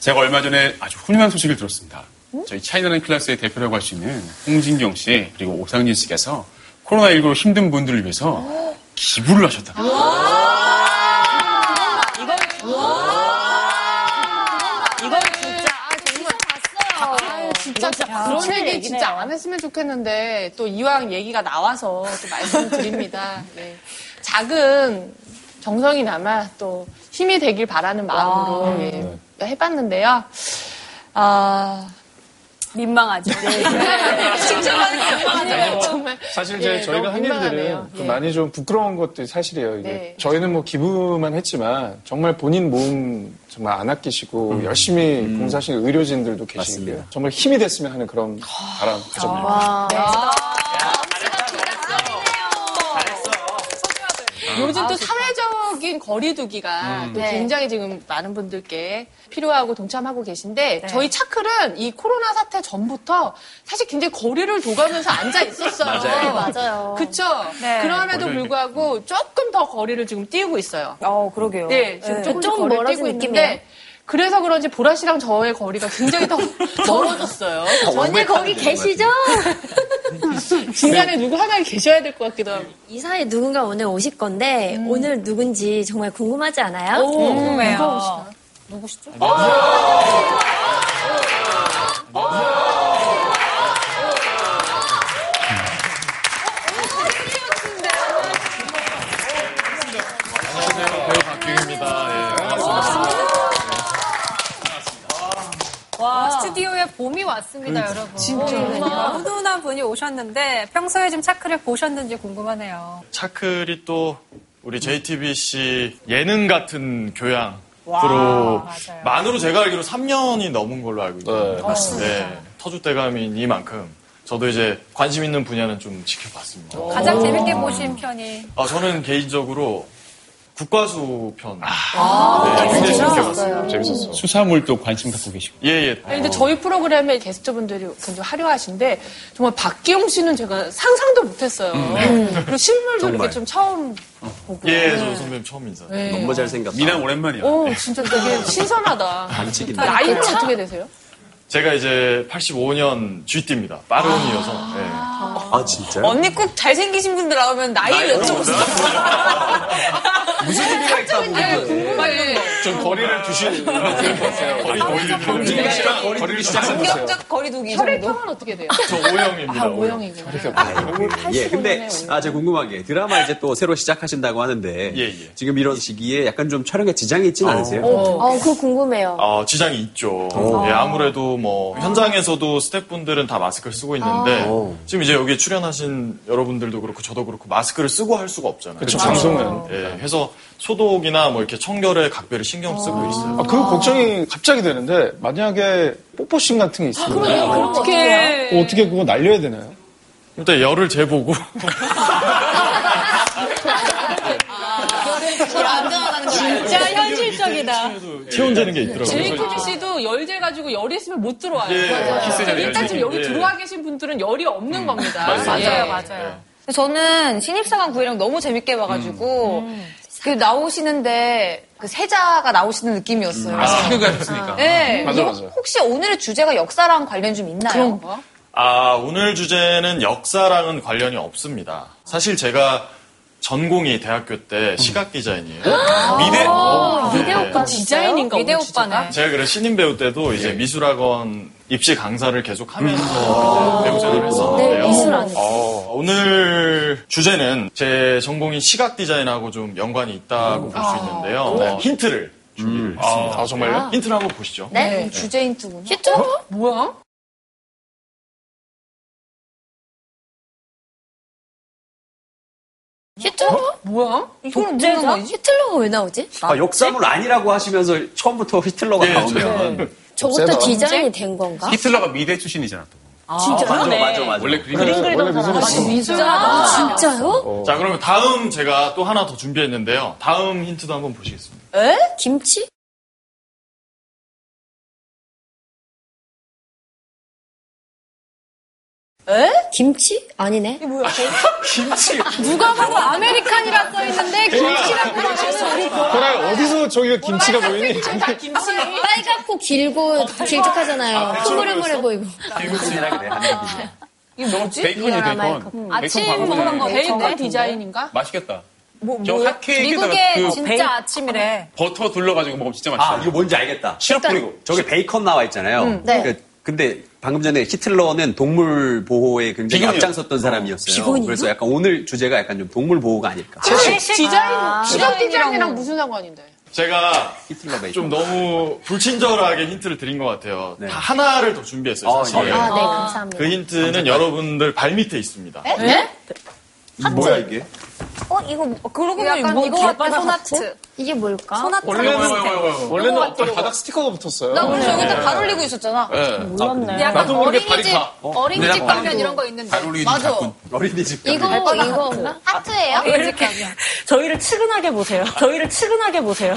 제가 얼마 전에 아주 훌륭한 소식을 들었습니다. 저희 차이나는 클래스의 대표라고 할 수 있는 홍진경 씨 그리고 오상진 씨께서 코로나19로 힘든 분들을 위해서 기부를 하셨다고. 이건 진짜 아유, 진짜, 진짜 그런 제 얘기 얘기네요. 진짜 안 했으면 좋겠는데 또 이왕 얘기가 나와서 또 말씀드립니다. 네. 작은 정성이 남아 또 힘이 되길 바라는 아. 마음으로 예, 해봤는데요. 아, 네. 민망하죠. 직접 정말 사실 예, 이제 너무 저희가 한 민망하네요. 일들은 좀 예. 많이 좀 부끄러운 것도 사실이에요. 이게 네. 저희는 뭐 기부만 했지만 정말 본인 몸 정말 안 아끼시고 음. 열심히 봉사하시는 의료진들도 계시고요. 정말 힘이 됐으면 하는 그런 아, 바람 가져봅니다. 네. 아. 요즘 또 사회적인 거리두기가 또 네. 굉장히 지금 많은 분들께 필요하고 동참하고 계신데 저희 차클은 이 코로나 사태 전부터 사실 굉장히 거리를 도가면서 앉아 있었어요. 맞아요. 그쵸? 네. 그럼에도 불구하고 조금 더 거리를 지금 띄우고 있어요. 어, 그러게요. 네, 지금 조금 더 거리를 띄우고 멀어진 느낌이에요. 있는데 그래서 그런지 보라 씨랑 저의 거리가 굉장히 더 멀어졌어요. 언니 거기 계시죠? 중간에 누구 하나 계셔야 될 것 같기도 하고. 이 사이에 누군가 오늘 오실 건데 오늘 누군지 정말 음. 궁금하지 않아요? 궁금해요. 배우 박규입니다. 와, 스튜디오에 봄이 왔습니다, 여러분. 진짜. 훈훈한 분이 오셨는데 평소에 좀 차크를 보셨는지 궁금하네요. 차클이 또 우리 JTBC 예능 같은 교양. 와, 으로 맞아요. 어, 만으로 제가 알기로 3년이 넘은 걸로 알고 네. 있거든요. 맞습니다. 터줏대감이니만큼 저도 이제 관심 있는 분야는 좀 지켜봤습니다. 가장 재밌게 보신 편이 아, 저는 개인적으로 국과수 편. 아. 아, 네, 굉장히 재밌게 봤어요. 재밌었어. 수사물도 관심 갖고 계시고. 예, 예. 아니, 근데 저희 프로그램의 게스트분들이 굉장히 화려하신데 정말 박기용 씨는 제가 상상도 못했어요. 그리고 실물도 이렇게 정말. 좀 처음 보고. 음. 예, 저 선배님 처음 인사. 네. 너무 잘생겼다. 미남 오랜만이야. 오, 진짜 되게 아, 신선하다. 아, 반칙인데. 나이는 그렇죠? 어떻게 되세요? 제가 이제 85년 쥐띠입니다. 빠른이어서. 예. 아, 진짜요? 언니 꼭 잘생기신 분들 나오면 나이를 여쭤보세요. 무슨 의미가 있다고. 궁금해. 좀 거리를 두시는 아, 거리 거리를 김진경 씨랑 거리를 시작해보세요. 거리두기 혈액형은 어떻게 돼요? 저 O형입니다. 아, O형. 모형이구나. 예, 근데, 아, 제가 궁금한 게, 드라마 이제 또 새로 시작하신다고 하는데, 예, 예. 지금 이런 시기에 약간 좀 촬영에 지장이 있진 않으세요? 어, 그거 궁금해요. 아, 지장이 있죠. 예, 아무래도 뭐 현장에서도 스태프분들은 다 마스크를 쓰고 있는데 오. 지금 이제 여기 출연하신 여러분들도 그렇고 저도 그렇고 마스크를 쓰고 할 수가 없잖아요. 그렇죠, 방송은. 예, 그래서 소독이나 뭐 이렇게 청결에 각별히 신경 쓰고 있어요. 아, 그 걱정이 갑자기 되는데 만약에 뽀뽀신 같은 게 아, 네, 있으면 어떻게 어떻게 그거 날려야 되나요? 일단 열을 재보고 아, 진짜 현실적이다. 체온 재는 게 있더라고요. JTB 씨도 열재 가지고 열이 있으면 못 들어와요. 그러니까 예, 맞아요. 키스 자리 일단 지금 여기 예. 음. 들어와 계신 분들은 열이 없는 겁니다. 맞아요, 예. 맞아요. 저는 신입사관 구혜령 너무 재밌게 봐가지고 그 나오시는데 그 세자가 나오시는 느낌이었어요. 아, 사교가 있으니까. 그러니까. 네. 맞아, 이거 맞아. 혹시 오늘의 주제가 역사랑 관련 좀 있나요? 뭐? 그런가? 아, 오늘 주제는 역사랑은 관련이 없습니다. 사실 제가 전공이 대학교 때 시각 디자인이에요. 미대 어? 미대 오빠 아, 디자인인가? 미대 오늘 진짜? 오빠네. 제가 그래 신인 배우 때도 이제 미술학원 입시 강사를 계속 하면서 이제 배우 생활을 했었는데요. 어, 오늘 주제는 제 전공인 시각 디자인하고 좀 연관이 있다고 볼 수 있는데요. 네, 힌트를 준비했습니다. 아, 정말요? 힌트를 한번 보시죠. 네? 주제 힌트구나. 어? 뭐야? 어? 히틀러? 뭐야? 이건 모르는 거지? 히틀러가 왜 나오지? 아, 역사물 아니라고 하시면서 처음부터 히틀러가 예, 나오면. 네. 저것도 없애봐. 디자인이 된 건가? 히틀러가 미대 출신이잖아. 또. 맞아, 맞아, 맞아. 네. 원래 그림이 원래 무슨 진짜? 진짜요? 자, 그러면 다음 제가 또 하나 더 준비했는데요. 다음 힌트도 한번 보시겠습니다. 김치? 김치? 아니네. 누가 봐도 아메리칸이라 써 있는데 김치라고 보라 어디서 저기가 김치가 보이니? 김치. 아, 어, 빨갛고 길고 길쭉하잖아요. 흐물흐물해 보이고. 한국이라 그래, 한국이. 이게 뭐지? 베이컨이에요, 이거랑 베이컨. 마이크. 음. 아침 베이컨 먹으란 거 광고네. 베이컨 베이컨 디자인인가? 맛있겠다. 뭐, 네. 저 핫케이크에다가 미국의 그 진짜 아침이래. 버터 둘러가지고 먹으면 진짜 맛있어. 아, 요 이거 뭔지 알겠다. 시럽 뿌리고. 저기 베이컨 나와 있잖아요. 네. 그, 근데 방금 전에 히틀러는 동물 보호에 굉장히 비건이요. 앞장섰던 사람이었어요. 비건이요? 그래서 약간 오늘 주제가 약간 좀 동물 보호가 아닐까. 아. 디자인, 시각 디자인이랑 뭐. 무슨 상관인데? 제가 히틀러 베이컨. 좀 너무 불친절하게 힌트를 드린 것 같아요. 다 하나를 더 준비했어요. 아, 사실. 예. 아, 네, 감사합니다. 그 힌트는 여러분들 발 밑에 있습니다. 예? 뭐야 이게? 어, 이거, 뭐- 그러고 약간 이거 같아 소나트. 뭐 이게 뭘까? 소나트. 아, 원래는 어떤 바닥 스티커가 붙었어요. 네. 나 그래서 여기다 발 올리고 있었잖아. 예. 약간 나도 모르게 발이 어린이집 가. 어린이집 내가 가면 발도- 이런 거 있는데. 우리 맞아. 어린이집. 이거, 가면. 이거. 하트예요? 아, 어린이집 가면. 저희를 측은하게 보세요. 저희를 측은하게 보세요.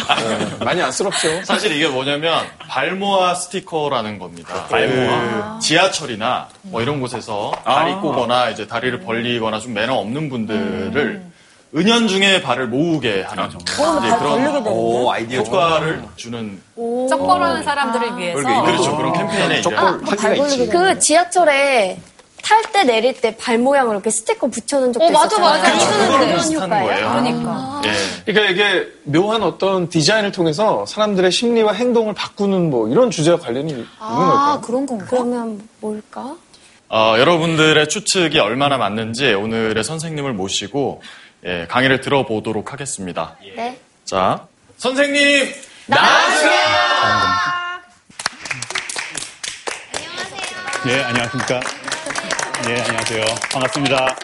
많이 안쓰럽죠. 사실 이게 뭐냐면 발모아 스티커라는 겁니다. 발모아. 지하철이나 뭐 이런 곳에서 다리 꼬거나 이제 다리를 벌리거나 좀 매너 없는 분들을 음. 은연 중에 발을 모으게 하는 어, 이제 그런 오 아이디어. 효과를 주는 적벌하는 사람들을 위해서. 그렇죠 그런 캠페인에 이제 아, 아. 족벌 한계가 있지. 그 지하철에 탈 때 내릴 때 발 모양으로 이렇게 스티커 붙여놓은 적도 어, 맞아, 있었잖아요. 맞아. 그거랑 비슷한 거예요. 그러니까. 예. 그러니까 이게 묘한 어떤 디자인을 통해서 사람들의 심리와 행동을 바꾸는 뭐 이런 주제와 관련이 있는 아, 아, 걸까요? 그런 건가? 그러면 뭘까? 어, 여러분들의 추측이 얼마나 맞는지 오늘의 선생님을 모시고 예, 강의를 들어보도록 하겠습니다. 네. 자, 선생님 예, 안녕하십니까. 예, 안녕하세요. 반갑습니다.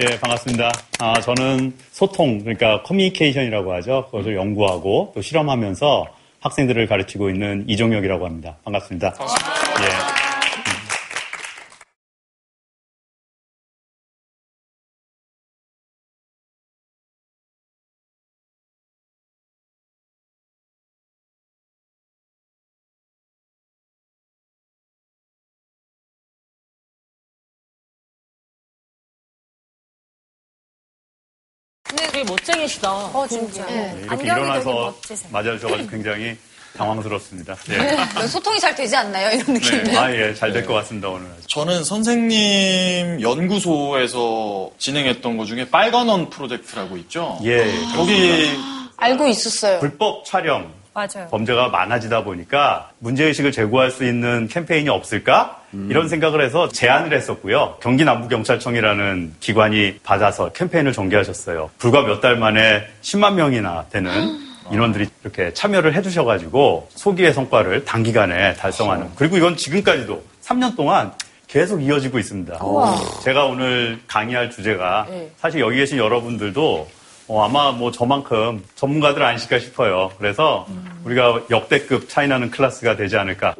예, 반갑습니다. 아, 저는 소통, 그러니까 커뮤니케이션이라고 하죠. 그것을 연구하고 또 실험하면서 학생들을 가르치고 있는 이종혁이라고 합니다. 반갑습니다. 예. 근데 되게 멋쟁이시다. 어, 진짜. 네, 안경이 이렇게 되게 일어나서 멋지세요. 맞아주셔가지고 굉장히 당황스럽습니다. 예. 네. 소통이 잘 되지 않나요? 이런 느낌. 네. 아, 예, 잘 될 것 같습니다, 오늘. 아주. 저는 선생님 연구소에서 진행했던 것 중에 빨간원 프로젝트라고 있죠. 예, 거기 알고 있었어요. 불법 촬영, 맞아요. 범죄가 많아지다 보니까 문제의식을 제고할 수 있는 캠페인이 없을까? 이런 생각을 해서 제안을 했었고요. 경기남부경찰청이라는 기관이 받아서 캠페인을 전개하셨어요. 불과 몇 달 만에 10만 명이나 되는 인원들이 이렇게 참여를 해주셔가지고 소기의 성과를 단기간에 달성하는. 그리고 이건 지금까지도 3년 동안 계속 이어지고 있습니다. 제가 오늘 강의할 주제가 사실 여기 계신 여러분들도 어, 아마 뭐 저만큼 전문가들 아니실까 싶어요. 그래서 우리가 역대급 차이나는 클래스가 되지 않을까.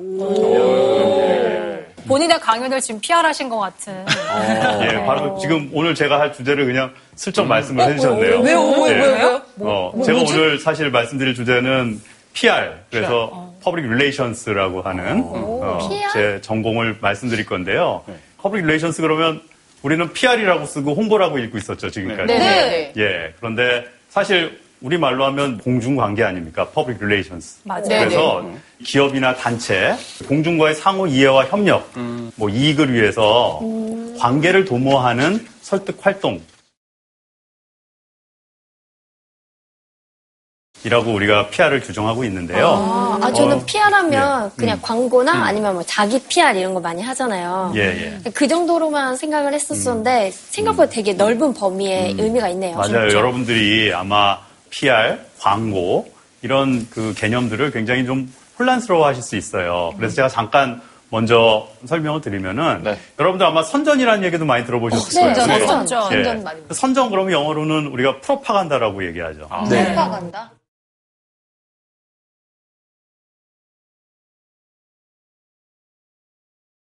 본인의 강연을 지금 PR하신 것 같은. 예, 바로 지금 오늘 제가 할 주제를 그냥 슬쩍 말씀을 해주셨네요. 왜요? 왜요? 예. 왜요? 왜요? 어, 제가 오늘 사실 말씀드릴 주제는 PR, 그래서 퍼블릭 릴레이션스라고 하는 어, 제 전공을 말씀드릴 건데요. 퍼블릭 릴레이션스 그러면 우리는 PR이라고 쓰고 홍보라고 읽고 있었죠, 지금까지. 네. 네. 예, 그런데 사실 우리말로 하면 공중관계 아닙니까? 퍼블릭 릴레이션스. 맞아요. 그래서 기업이나 단체, 공중과의 상호 이해와 협력, 음. 뭐 이익을 위해서 관계를 도모하는 설득 활동. 이라고 우리가 PR을 규정하고 있는데요. 아, 아, 저는 어, PR하면 그냥 광고나 아니면 뭐 자기 PR 이런 거 많이 하잖아요. 예, 예. 그 정도로만 생각을 했었었는데 생각보다 되게 넓은 범위의 의미가 있네요. 맞아요. 여러분들이 아마 PR, 광고 이런 그 개념들을 굉장히 좀 혼란스러워 하실 수 있어요. 그래서 제가 잠깐 먼저 설명을 드리면은 네. 여러분들 아마 선전이라는 얘기도 많이 들어보셨을 네. 거예요. 선전, 그죠? 선전. 선전. 예. 선전 많이 들어요. 선전 그러면 영어로는 우리가 프로파간다라고 얘기하죠. 아, 네. 네. 간다.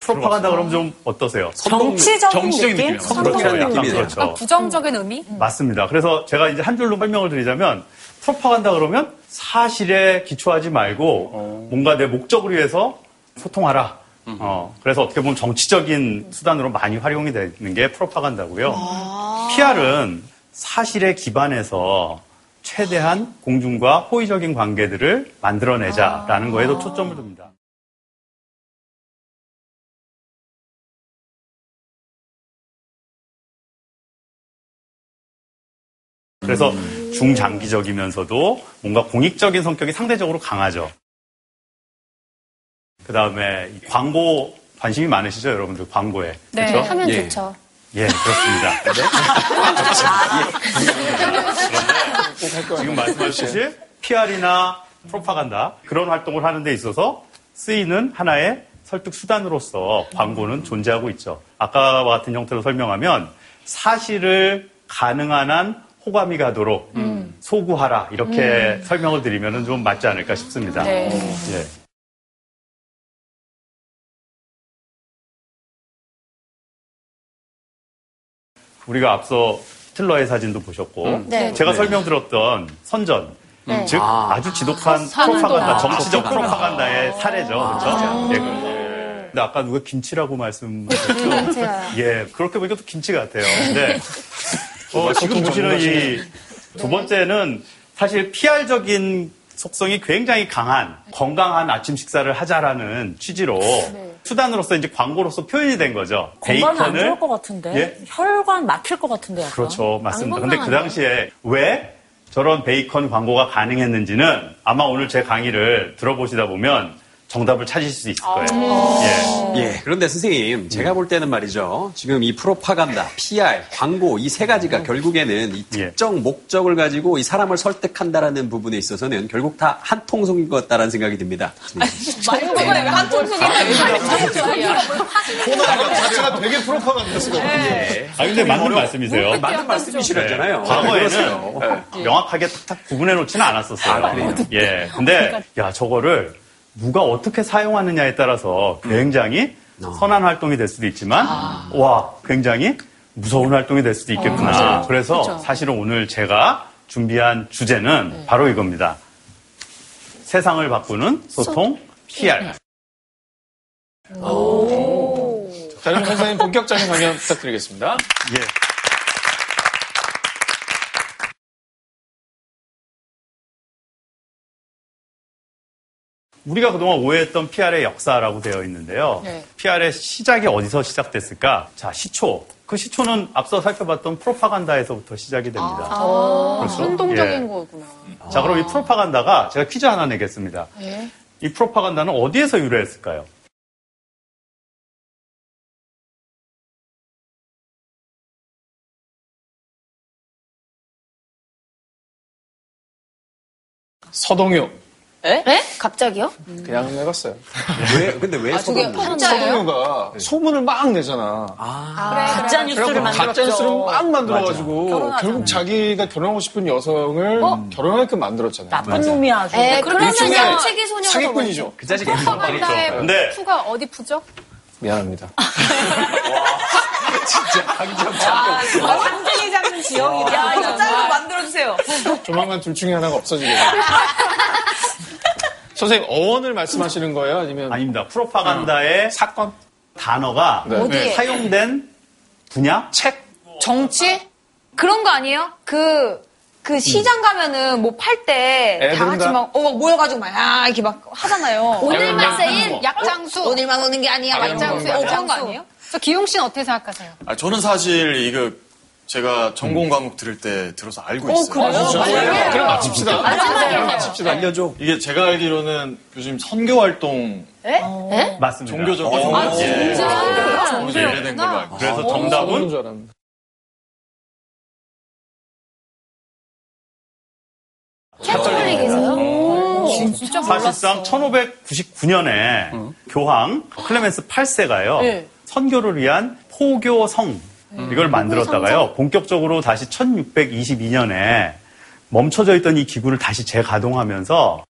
프로파간다 그러면 좀 어떠세요? 정치적인 정치적인 느낌? 느낌이에요. 그렇죠. 약간 느낌이네요. 그렇죠. 음. 부정적인 의미? 맞습니다. 그래서 제가 이제 한 줄로 설명을 드리자면 프로파간다 그러면 사실에 기초하지 말고 뭔가 내 목적을 위해서 소통하라. 어, 그래서 어떻게 보면 정치적인 수단으로 많이 활용이 되는 게 프로파간다고요. 아. PR은 사실에 기반해서 최대한 공중과 호의적인 관계들을 만들어내자라는 아. 거에도 초점을 둡니다. 그래서 음. 중장기적이면서도 뭔가 공익적인 성격이 상대적으로 강하죠. 그 다음에 광고 관심이 많으시죠, 여러분들 광고에. 네. 그렇죠? 하면 예. 좋죠. 예, 그렇습니다. 꼭할 지금 말씀하셨듯이 PR이나 네. 프로파간다 그런 활동을 하는 데 있어서 쓰이는 하나의 설득 수단으로서 광고는 존재하고 있죠. 아까와 같은 형태로 설명하면 사실을 가능한 한 호감이 가도록 소구하라 이렇게 설명을 드리면 좀 맞지 않을까 싶습니다. 네. 예. 우리가 앞서 히틀러의 사진도 보셨고 음. 네. 제가 설명드렸던 선전 네. 즉 아, 주 지독한 프로파간다 아, 정치적 프로파간다의 사례죠 그렇죠 예, 그- 근데 아까 누가 김치라고 음, 말씀하셨죠 제가 예 그렇게 보니까 또 김치 같아요 근데 어, 지금 보시는 이 두 번째는 사실 PR적인 속성이 굉장히 강한 건강한 아침 식사를 하자라는 취지로 수단으로서 이제 광고로서 표현이 된 거죠 네. 건강에 안 좋을 것 같은데 예? 혈관 막힐 것 같은데 약간. 그렇죠. 맞습니다. 안 근데 그 건강하네요. 당시에 왜 저런 베이컨 광고가 가능했는지는 아마 오늘 제 강의를 들어보시다 보면 정답을 찾으실 수 있을 거예요. 예. 아. 네. 예, 그런데 선생님, 제가 볼 때는 말이죠. 지금 이 프로파간다, PR, 광고 이 세 가지가 결국에는 이 음. 예. 특정 목적을 가지고 이 사람을 설득한다라는 부분에 있어서는 결국 다 한 통속인 것 같다라는 생각이 듭니다. 말고가 이거 한 통속이 예. 코너 자체가 되게 프로파간다스러워. 네. 아, 근데 맞는 말씀이세요. 맞는 말씀이시라잖아요. 네. 과거에는 그러세요. 네. 명확하게 탁탁 구분해 놓지는 않았었어요. 예. 근데 야 저거를 누가 어떻게 사용하느냐에 따라서 굉장히 선한 활동이 될 수도 있지만 와 굉장히 무서운 활동이 될 수도 있겠구나. 그래서 사실은 오늘 제가 준비한 주제는 바로 이겁니다. 세상을 바꾸는 소통 PR. 자, 그럼 선생님 본격적인 강연 부탁드리겠습니다. 예. 우리가 그동안 오해했던 PR의 역사라고 되어 있는데요. 네. PR의 시작이 어디서 시작됐을까? 자, 시초. 그 시초는 앞서 살펴봤던 프로파간다에서부터 시작이 됩니다. 아, 어. 그렇죠? 순동적인 예. 거구나. 음. 자, 그럼 이 프로파간다가 제가 퀴즈 하나 내겠습니다. 예. 이 프로파간다는 어디에서 유래했을까요? 서동요. 에? 갑자기요? 그냥 한번 해봤어요. 왜, 근데 왜 저게 서동요? 한자예요? 서동요가 네. 소문을 막 내잖아. 가짜 뉴스를 가짜 뉴스를 만들었죠. 막 만들어가지고 결국 자기가 결혼하고 싶은 여성을 결혼하게끔 만들었잖아요. 나쁜 놈이야 아주. 네, 그러면 일종의 양치기 소녀가 사기꾼이죠. 그 자식이 아, 뭐 프로파간다의 그렇죠. 네. 근데- 투가 어디 푸죠? 미안합니다. 완전히 아, 잡는 아. 지형이다. 야 이거 짤로 만들어주세요. 조만간 둘 중에 하나가 없어지겠네요. 선생님 어원을 말씀하시는 거예요? 아니면 음, 아닙니다. 프로파간다의 사건? 단어가 네. 어디에? 사용된 분야? 책? 정치? 그런 거 아니에요? 그, 그 음. 시장 가면은 뭐 팔 때 다 애들은 같이 다- 막, 어, 막 모여가지고 막, 아, 이렇게 막 하잖아요. 오늘만 세일 약장수. 어? 오늘만 오는 게 아니야. 막 약장수, 이러면서. 어, 그런 거 아니에요? 네, 저 기용 씨는 어떻게 생각하세요? 아, 저는 사실 이거 그 제가 음. 전공 과목 들을 때 들어서 알고 있어요. 아, 그럼 맞춥시다. 그럼 맞춥시다. 알려줘. 이게 제가 알기로는 요즘 선교 활동 어. 맞습니다. 어, 종교적인 아, 진짜? 종교 이래된 걸로 아, 알고 있어요. 그래서 서동요인 정답은 줄 알았는데. 캐톨릭에서요? 진짜 네. 사실상 1599년에 교황 클레멘스 8세가요. 선교를 위한 포교성 이걸 만들었다가요. 본격적으로 다시 1622년에 멈춰져 있던 이 기구를 다시 재가동하면서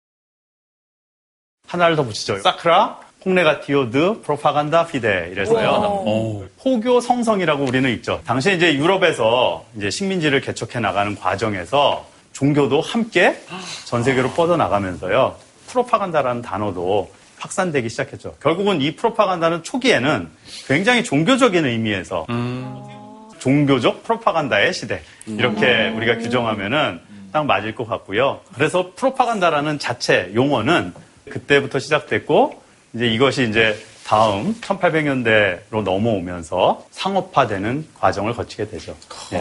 하나를 더 붙이죠. 사크라 콩레가티오드 프로파간다 피데 이래서요. 포교 성성이라고 우리는 읽죠. 당시 이제 유럽에서 이제 식민지를 개척해 나가는 과정에서 종교도 함께 전 세계로 뻗어나가면서요. 프로파간다라는 단어도 확산되기 시작했죠. 결국은 이 프로파간다는 초기에는 굉장히 종교적인 의미에서 종교적 프로파간다의 시대 이렇게 우리가 규정하면은 딱 맞을 것 같고요. 그래서 프로파간다라는 자체 용어는 그때부터 시작됐고 이제 이것이 이제 다음 1800년대로 넘어오면서 상업화되는 과정을 거치게 되죠. 예.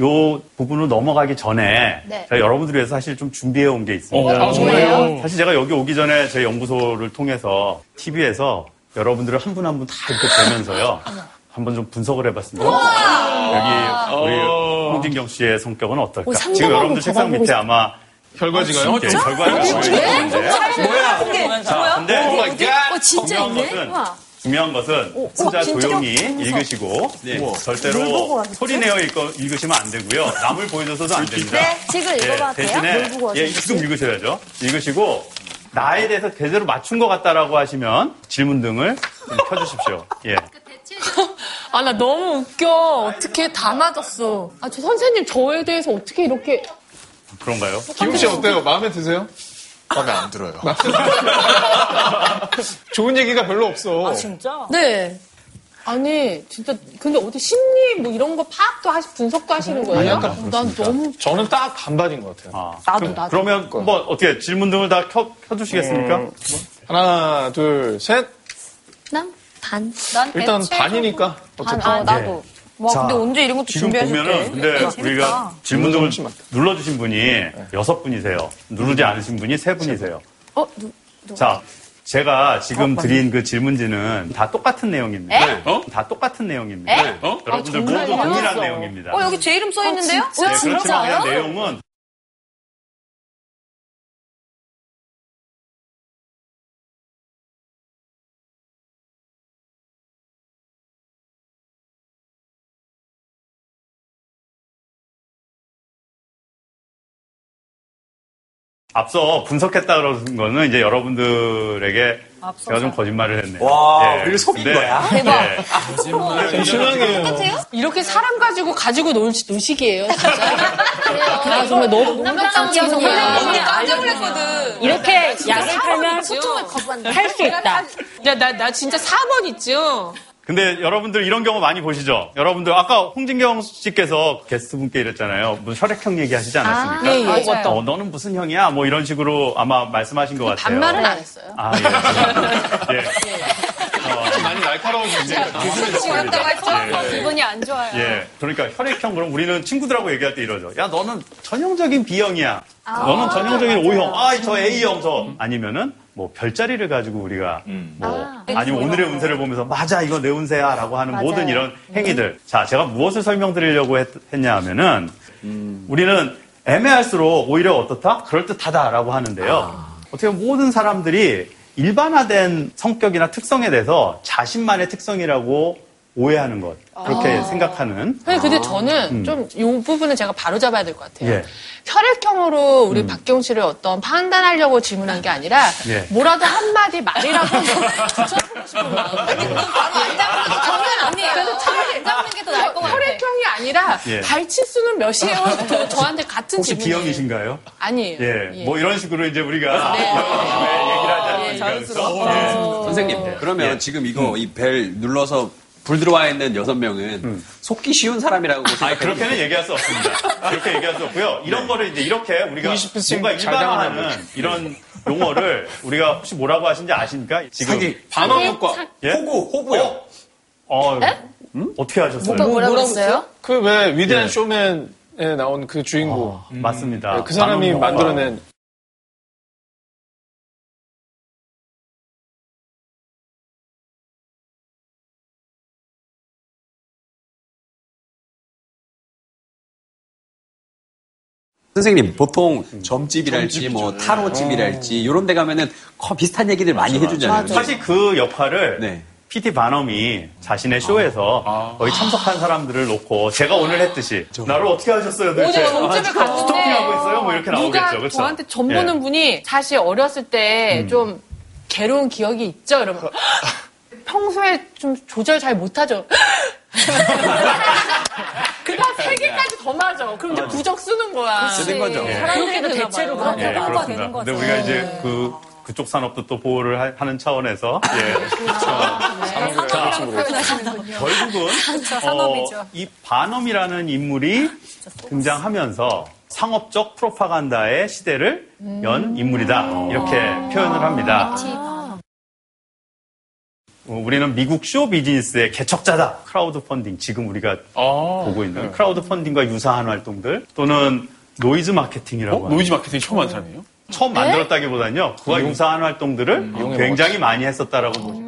요 부분을 넘어가기 전에 네. 제가 여러분들 위해서 사실 좀 준비해 온 게 있습니다. 어, 아, 정말요? 사실 제가 여기 오기 전에 제 연구소를 통해서 TV에서 여러분들을 한 분 한 분 다 이렇게 보면서요. 한번 좀 분석을 해봤습니다. 여기 우리 홍진경 씨의 성격은 어떨까? 어, 상담하고 지금 여러분들 책상 가방보고 밑에 싶다. 아마 결과지가요? 예, 진짜? 결과지가 여기 있어요. 있네? 네. 뭐야? 자, 근데 오 마이 갓. 어, 진짜 중요한 있네? 것은 우와. 중요한 것은 오, 혼자 어, 진짜? 조용히 너무 무서워. 읽으시고 뭐 네. 뭘 보고 절대로 하셨지? 소리 내어 읽어, 읽으시면 안 되고요. 남을 보여줘서도 안 됩니다. 네, 지금 예, 읽어봐도 돼요? 뭘 대신에 보고 예, 하셨지? 지금 읽으셔야죠. 읽으시고 나에 대해서 제대로 맞춘 것 같다라고 하시면 질문 등을 좀 켜주십시오. 예. 아, 나 너무 웃겨. 어떻게 다 맞았어. 아, 저 선생님 저에 대해서 어떻게 이렇게. 그런가요? 기욱 씨 어때요? 마음에 드세요? 마음에 안 들어요. 좋은 얘기가 별로 없어. 진짜? 네. 아니, 진짜, 근데 어디 심리 뭐 이런 거 파악도 하시, 분석도 음, 하시는 거예요? 어, 난 너무. 저는 딱 반반인 것 같아요. 나도, 그럼, 나도. 그러면 뭐 어떻게 질문 등을 다 켜, 켜주시겠습니까? 음. 하나, 둘, 셋. 난 반. 일단 반이니까 어쨌든. 예. 아, 네. 나도. 와, 자, 근데 언제 이런 것도 지금 준비하셨대? 보면은 근데 아, 야, 우리가 음. 재밌다. 질문 등을 눌러주신 분이 여섯 분이세요. 누르지 않으신 분이 세 분이세요. 어, 누, 누. 자, 제가 지금 맞네. 드린 그 질문지는 다 똑같은 내용입니다. 에? 어? 다 똑같은 내용입니다. 에? 어? 여러분들 아, 정말요? 모두 동일한 몰랐어. 내용입니다. 어, 여기 제 이름 써 있는데요? 네, 그렇지만 그 내용은 앞서 분석했다 그러는 거는 이제 여러분들에게 제가 좀 거짓말을 했네요. 와, 아, 예, 우리를 속인 근데- 거야? 대박. 예. 거짓말을 이렇게 사람 가지고 가지고 놀, 노시기예요, 진짜. 아, 정말 너무 너무 깜짝 선생님이 깜짝 놀랐거든. 이렇게 약을 팔면 팔수 있다. 야, 나, 나 진짜 4번 있죠? 근데 여러분들 이런 경우 많이 보시죠? 여러분들 아까 홍진경 씨께서 게스트분께 이랬잖아요. 무슨 혈액형 얘기하시지 않았습니까? 아, 예, 예. 맞아요. 어, 너는 무슨 형이야? 뭐 이런 식으로 아마 말씀하신 것 같아요. 반말은 안 했어요. 아, 예. 예. 많이 날카로워지네. 지웠다가 했죠? 예. 기분이 안 좋아요. 예. 그러니까 혈액형 그럼 우리는 친구들하고 얘기할 때 이러죠. 야, 너는 전형적인 B형이야. 아, 너는 전형적인 맞아요. O형. 아, 저 A형 저. 아니면은 뭐 별자리를 가지고 우리가 음. 뭐 아, 니면 오늘의 운세를 보면서 맞아 이거 내 운세야라고 하는 맞아요. 모든 이런 네. 행위들. 자, 제가 무엇을 설명드리려고 했, 냐 하면은 우리는 애매할수록 오히려 어떻다? 그럴듯하다라고 하는데요. 어떻게 보면 모든 사람들이 일반화된 성격이나 특성에 대해서 자신만의 특성이라고 오해하는 것. 그렇게 아. 생각하는. 선생님, 근데 저는 음. 좀 이 부분은 제가 바로 잡아야 될 것 같아요. 예. 혈액형으로 우리 음. 박경 씨를 어떤 판단하려고 질문한 게 아니라 예. 뭐라도 한마디 말이라고 아니, 그래서 차라리 잡는 게 더 나을 것 같아. 혈액형이 아니라 예. 아. 발치수는 몇이에요? 저- 저한테 같은 혹시 질문. B형이신가요? 아니에요. 예, 뭐 이런 식으로 이제 우리가 네. 얘기를 하지 네, 않습니까? 예, 그래서? 예. 선생님, 그러면 지금 이거 음. 이 벨 눌러서 불 들어와 있는 여섯 명은 속기 쉬운 사람이라고 음. 아, 생각해요. 그렇게는 얘기할 수 없습니다. 그렇게 얘기할 수 없고요. 이런 거를 이제 이렇게 우리가 20% 뭔가 잘 당하는 일반화하는 이런 용어를 우리가 혹시 뭐라고 하신지 아십니까? 지금 예? 사기, 반원 사기, 효과. 사- 호구, 호구요. 어, 음? 어떻게 하셨어요? 그 왜 위대한 예. 쇼맨에 나온 그 주인공. 어, 음. 맞습니다. 네, 그 사람이 반원 효과. 만들어낸 선생님, 보통 음. 점집이랄지 뭐 타로집이랄지 이런 데 가면은 커- 비슷한 얘기들 많이 해주잖아요. 어. 그렇죠. 네. 사실 그 역할을 PT 바넘이 자신의 쇼에서 거의 참석한 사람들을 놓고 제가 오늘 했듯이 나를 어떻게 하셨어요? 도대체? 어제 점집을 아, 갔는데 스토킹하고 있어요? 뭐 이렇게 누가 나오겠죠. 음. 그렇죠? 저한테 점 보는 분이 사실 어렸을 때 좀 괴로운 기억이 있죠. 이러면 그 평소에 좀 조절 잘 못하죠. 그다음 세 개까지 더 맞아. 그럼 이제 어. 부적 쓰는 아, 거야. 그렇지. 네. 쓰는 거죠. 네. 사람들에게 네. 네, 그렇게 대체로 네. 예, 그렇습니다. 근데 우리가 이제 그 그쪽 산업도 또 보호를 하- 하는 차원에서 아, 예. 네. 산업이라고 표현하시는군요. 결국은 그렇죠, 어, 산업이죠. 이 반엄이라는 인물이 등장하면서 상업적 프로파간다의 시대를 연 인물이다 이렇게 표현을 합니다. 아. 어, 우리는 미국 쇼 비즈니스의 개척자다. 크라우드 펀딩 지금 우리가 어. 보고 있는 네, 크라우드 펀딩과 유사한 활동들 또는 노이즈 마케팅이라고 어? 노이즈 마케팅 처음 한 사람이에요? 처음 네? 만들었다기보다는요. 그와 유사한 활동들을 굉장히 음. 많이 했었다라고 보죠.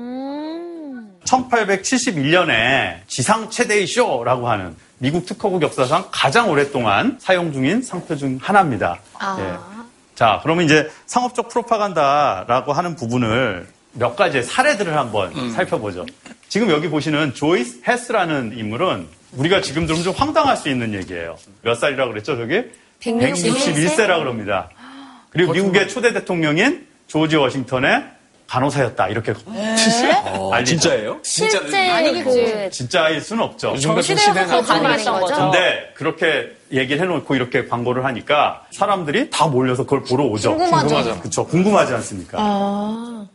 1871년에 지상 최대의 쇼라고 하는 미국 특허국 역사상 가장 오랫동안 사용 중인 상표 중 하나입니다. 아. 예. 자, 그러면 이제 상업적 프로파간다라고 하는 부분을 몇 가지의 사례들을 한번 음. 살펴보죠. 지금 여기 보시는 조이스 헤스라는 인물은 우리가 지금 들으면 좀 황당할 수 있는 얘기예요. 몇 살이라고 그랬죠, 저기? 161세라고 그럽니다. 그리고 미국의 초대 대통령인 조지 워싱턴의 간호사였다. 이렇게 어, 진짜예요? 네? 실제 그 아니겠지. 진짜일 수는 없죠. 요즘 같은 시대는 정시대하고 거의 안 했던 거죠. 근데 그렇게 얘기를 해놓고 이렇게 광고를 하니까 사람들이 다 몰려서 그걸 보러 오죠. 궁금하죠. 궁금하죠. 그쵸. 궁금하지 않습니까? 아.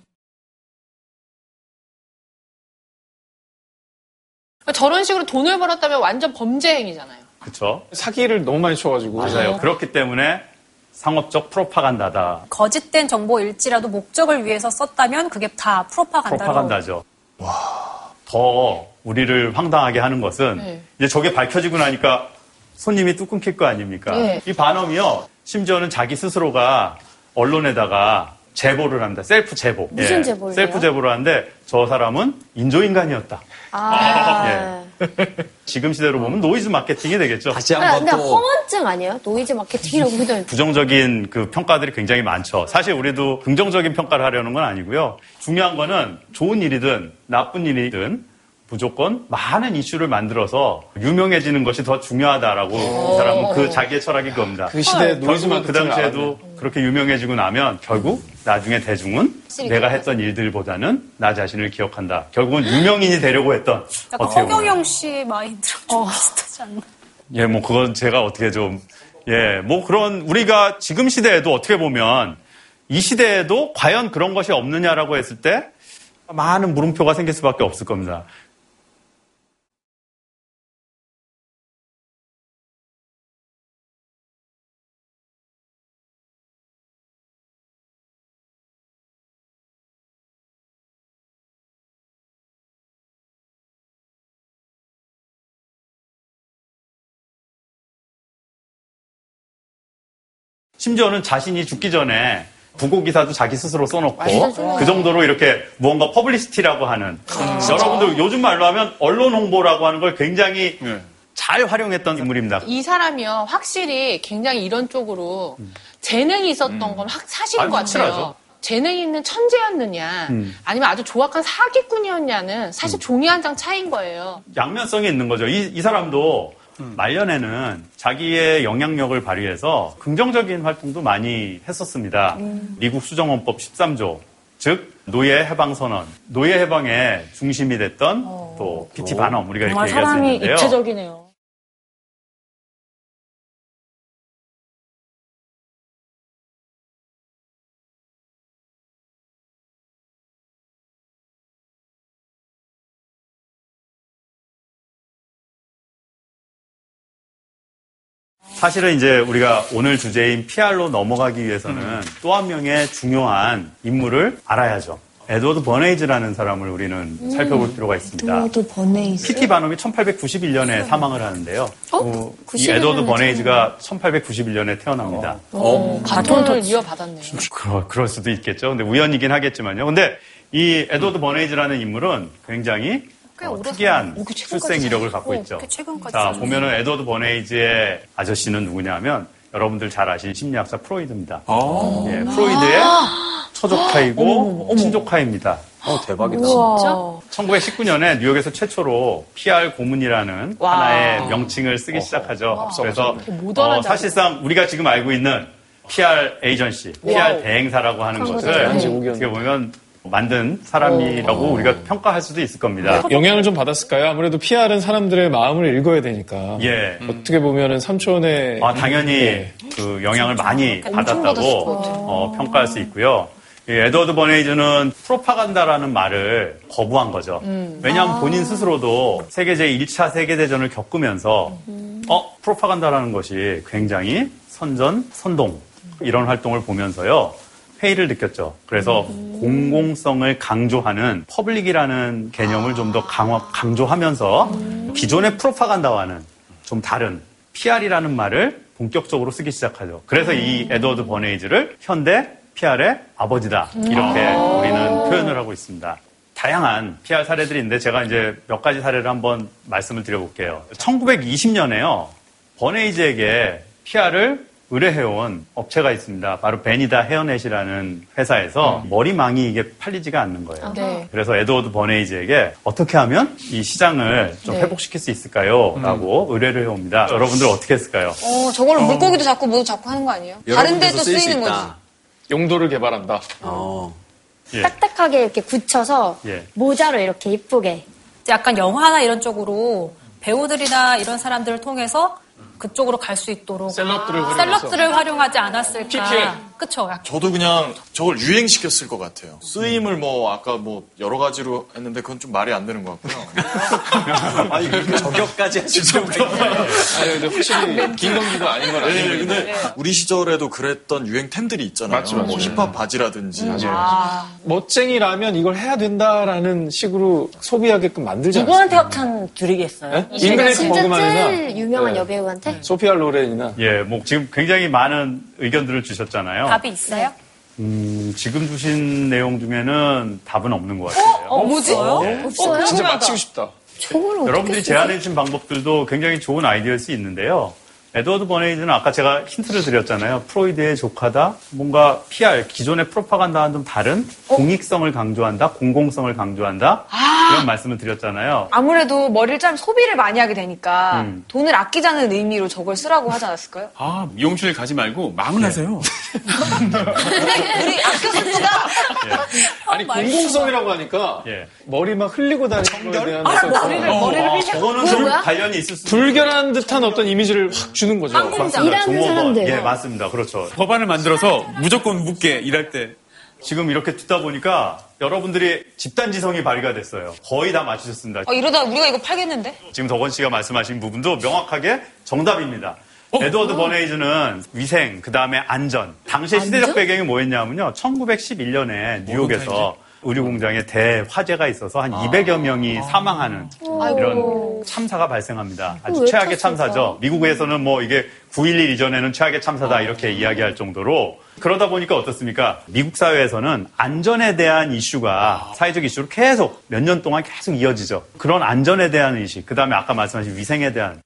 아, 저런 식으로 돈을 벌었다면 완전 범죄 행위잖아요. 그쵸. 사기를 너무 많이 쳐가지고. 맞아요. 그렇기 때문에 상업적 프로파간다다. 거짓된 정보일지라도 목적을 위해서 썼다면 그게 다 프로파간다로. 프로파간다죠. 와, 더 우리를 황당하게 하는 것은 네. 이제 저게 밝혀지고 나니까 손님이 뚝 끊길 거 아닙니까? 네. 이 반엄이요. 심지어는 자기 스스로가 언론에다가 제보를 합니다. 셀프 제보. 예. 무슨 제보를 셀프 해요? 제보를 하는데 저 사람은 인조인간이었다. 아. 지금 시대로 보면 노이즈 마케팅이 되겠죠. 다시 아, 근데 허언증 아니에요? 노이즈 마케팅이라고 그냥 부정적인 그 평가들이 굉장히 많죠. 사실 우리도 긍정적인 평가를 하려는 건 아니고요. 중요한 거는 좋은 일이든 나쁜 일이든 무조건 많은 이슈를 만들어서 유명해지는 것이 더 중요하다라고 이 사람은 그 자기의 철학이 그겁니다. 그 시대에 결국은 노이즈 그 마케팅을 당시에도 그렇게 유명해지고 나면 결국 나중에 대중은 확실히 내가 기억하죠. 했던 일들보다는 나 자신을 기억한다. 결국은 유명인이 되려고 했던 약간 어떻게 보면 허경영 씨 마인드랑 좀 비슷하지 않나. 예, 뭐 그건 제가 어떻게 좀 예, 뭐 그런 우리가 지금 시대에도 어떻게 보면 이 시대에도 과연 그런 것이 없느냐라고 했을 때 많은 물음표가 생길 수밖에 없을 겁니다. 심지어는 자신이 죽기 전에 부고 기사도 자기 스스로 완전 써놓고 쫄라요. 아, 그 정도로 이렇게 무언가 퍼블리시티라고 하는 여러분들 요즘 말로 하면 언론 홍보라고 하는 걸 굉장히 잘 활용했던 인물입니다. 이 사람이요, 확실히 굉장히 이런 쪽으로 음. 재능이 있었던 건 확, 사실인 아니, 것 같아요. 확실하죠. 재능 있는 천재였느냐, 음. 아니면 아주 조악한 사기꾼이었냐는 사실 종이 한 장 차이인 거예요. 양면성이 있는 거죠. 이, 이 사람도 말년에는 자기의 영향력을 발휘해서 긍정적인 활동도 많이 했었습니다. 음. 미국 수정헌법 13조, 즉 노예 해방 선언, 노예 해방의 중심이 됐던 또 PT 반엄 우리가 이렇게 정말 얘기할 수 사람이 있는데요. 입체적이네요. 사실은 이제 우리가 오늘 주제인 PR로 넘어가기 위해서는 또 한 명의 중요한 인물을 알아야죠. 에드워드 버네이즈라는 사람을 우리는 살펴볼 필요가 있습니다. 또 번외이지. PT 반엄이 1891년에 사망을 하는데요. 어, 이 91 년에 에드워드 버네이즈가 1891년에 태어납니다. 바톤을 이어받았네요. 그럴, 그럴 수도 있겠죠. 근데 우연이긴 하겠지만요. 근데 이 에드워드 버네이즈라는 인물은 굉장히 꽤 어, 오래 특이한 살았네. 오, 그 최근까지 출생 이력을 살았고, 어, 갖고 있죠. 그 최근까지 자, 살았네. 보면은 에드워드 버네이즈의 아저씨는 누구냐면 여러분들 잘 아시는 심리학사 프로이드입니다. 예, 프로이드의 아. 처조카이고 친조카입니다. 어, 대박이다. 1919년에 뉴욕에서 최초로 PR 고문이라는 와. 하나의 명칭을 쓰기 시작하죠. 그래서 모던한 어, 사실상 우리가 지금 알고 있는 PR 에이전시, PR 와우. 대행사라고 하는 그런 것을 거죠. 네. 어떻게 보면 만든 사람이라고 우리가 평가할 수도 있을 겁니다. 아, 영향을 좀 받았을까요? 아무래도 PR은 사람들의 마음을 읽어야 되니까. 예. 어떻게 보면은 삼촌의. 네. 예. 아, 당연히 그 영향을 많이 엄청 받았을 받았다고 것 같아요. 어, 평가할 수 있고요. 이 에드워드 버네이즈는 프로파간다라는 말을 거부한 거죠. 음. 왜냐하면 아. 본인 스스로도 세계 제1차 세계대전을 겪으면서 어, 프로파간다라는 것이 굉장히 선전, 선동 이런 활동을 보면서요. 회의를 느꼈죠. 그래서 공공성을 강조하는 퍼블릭이라는 개념을 좀 더 강화, 강조하면서 기존의 프로파간다와는 좀 다른 PR이라는 말을 본격적으로 쓰기 시작하죠. 그래서 이 에드워드 버네이즈를 현대 PR의 아버지다. 이렇게 우리는 표현을 하고 있습니다. 다양한 PR 사례들이 있는데 제가 이제 몇 가지 사례를 한번 말씀을 드려볼게요. 1920년에요. 버네이즈에게 PR을 의뢰해온 업체가 있습니다. 바로 베니다 헤어넷이라는 음. 회사에서 머리망이 이게 팔리지가 아. 않는 거예요. 네. 그래서 에드워드 버네이즈에게 어떻게 하면 이 시장을 좀 네. 회복시킬 수 있을까요? 라고 음. 의뢰를 해옵니다. 여러분들 어떻게 했을까요? 어, 저걸로 물고기도 잡고 뭐도 잡고 하는 거 아니에요? 다른 데도 쓰이는 거지. 용도를 개발한다. 예, 딱딱하게 이렇게 굳혀서 예. 모자로 이렇게 이쁘게. 약간 영화나 이런 쪽으로 배우들이나 이런 사람들을 통해서 그쪽으로 갈 수 있도록 셀럽들을 활용해서. 셀럽들을 활용하지 않았을까? PPL. 그쵸? 약간 저도 그냥 저걸 유행시켰을 것 같아요. 쓰임을 뭐 아까 뭐 여러 가지로 했는데 그건 좀 말이 안 되는 것 같고요. 아니 저격까지 하시죠. 아니 근데 확실히 김건기가 아닌 건 아니에요. 네, 근데 우리 시절에도 그랬던 유행템들이 있잖아요. 맞죠, 음. 맞죠. 뭐 힙합 바지라든지. 아. 예. 멋쟁이라면 이걸 해야 된다라는 식으로 소비하게끔 만들지 않습니까? 누구한테 협찬 예? 드리겠어요? 네? 잉글리시 버그만이나 유명한 네. 여배우한테 소피아 로렌이나 예, 뭐 지금 굉장히 많은 의견들을 주셨잖아요. 답이 있어요? 음, 지금 주신 내용 중에는 답은 없는 것 같아요. 어, 뭐지? 예. 없어요? 어, 진짜 궁금하다. 맞히고 싶다. 여러분들이 제안해 주신 방법들도 굉장히 좋은 아이디어일 수 있는데요. 에드워드 버네이즈는 아까 제가 힌트를 드렸잖아요. 프로이드의 조카다. 뭔가 PR, 기존의 프로파간다와는 좀 다른 어? 공익성을 강조한다. 공공성을 강조한다. 아! 이런 말씀을 드렸잖아요. 아무래도 머리를 자르면 소비를 많이 하게 되니까 음. 돈을 아끼자는 의미로 저걸 쓰라고 하지 않았을까요? 아, 미용실 가지 말고 망을 예. 하세요. 아니 공공성이라고 하니까 예. 머리 막 흘리고 다니는 거에 대한 아, 머리를- 머리를 흘리고 저거는 그건 뭐야? 관련이 있을 수 불결한 듯한 어떤 이미지를 확 주는 거죠. 예, 맞습니다. 그렇죠. 법안을 만들어서 무조건 묻게 일할 때. 지금 이렇게 듣다 보니까 여러분들이 집단지성이 발휘가 됐어요. 거의 다 맞추셨습니다. 어, 이러다 우리가 이거 팔겠는데? 지금 덕원 씨가 말씀하신 부분도 명확하게 정답입니다. 어? 에드워드 버네이즈는 위생, 그 다음에 안전. 당시의 시대적 배경이 뭐였냐면요. 1911년에 뉴욕에서 의류 공장에 대화재가 있어서 한 아. 200여 명이 사망하는 이런 참사가 발생합니다. 아주 어, 왜 최악의 쳤을까? 참사죠. 미국에서는 뭐 이게 9.11 이전에는 최악의 아. 참사다 이렇게 이야기할 정도로 그러다 보니까 어떻습니까? 미국 사회에서는 안전에 대한 아. 이슈가 사회적 이슈로 계속 몇 년 동안 계속 이어지죠. 그런 안전에 대한 의식, 그 다음에 아까 말씀하신 위생에 대한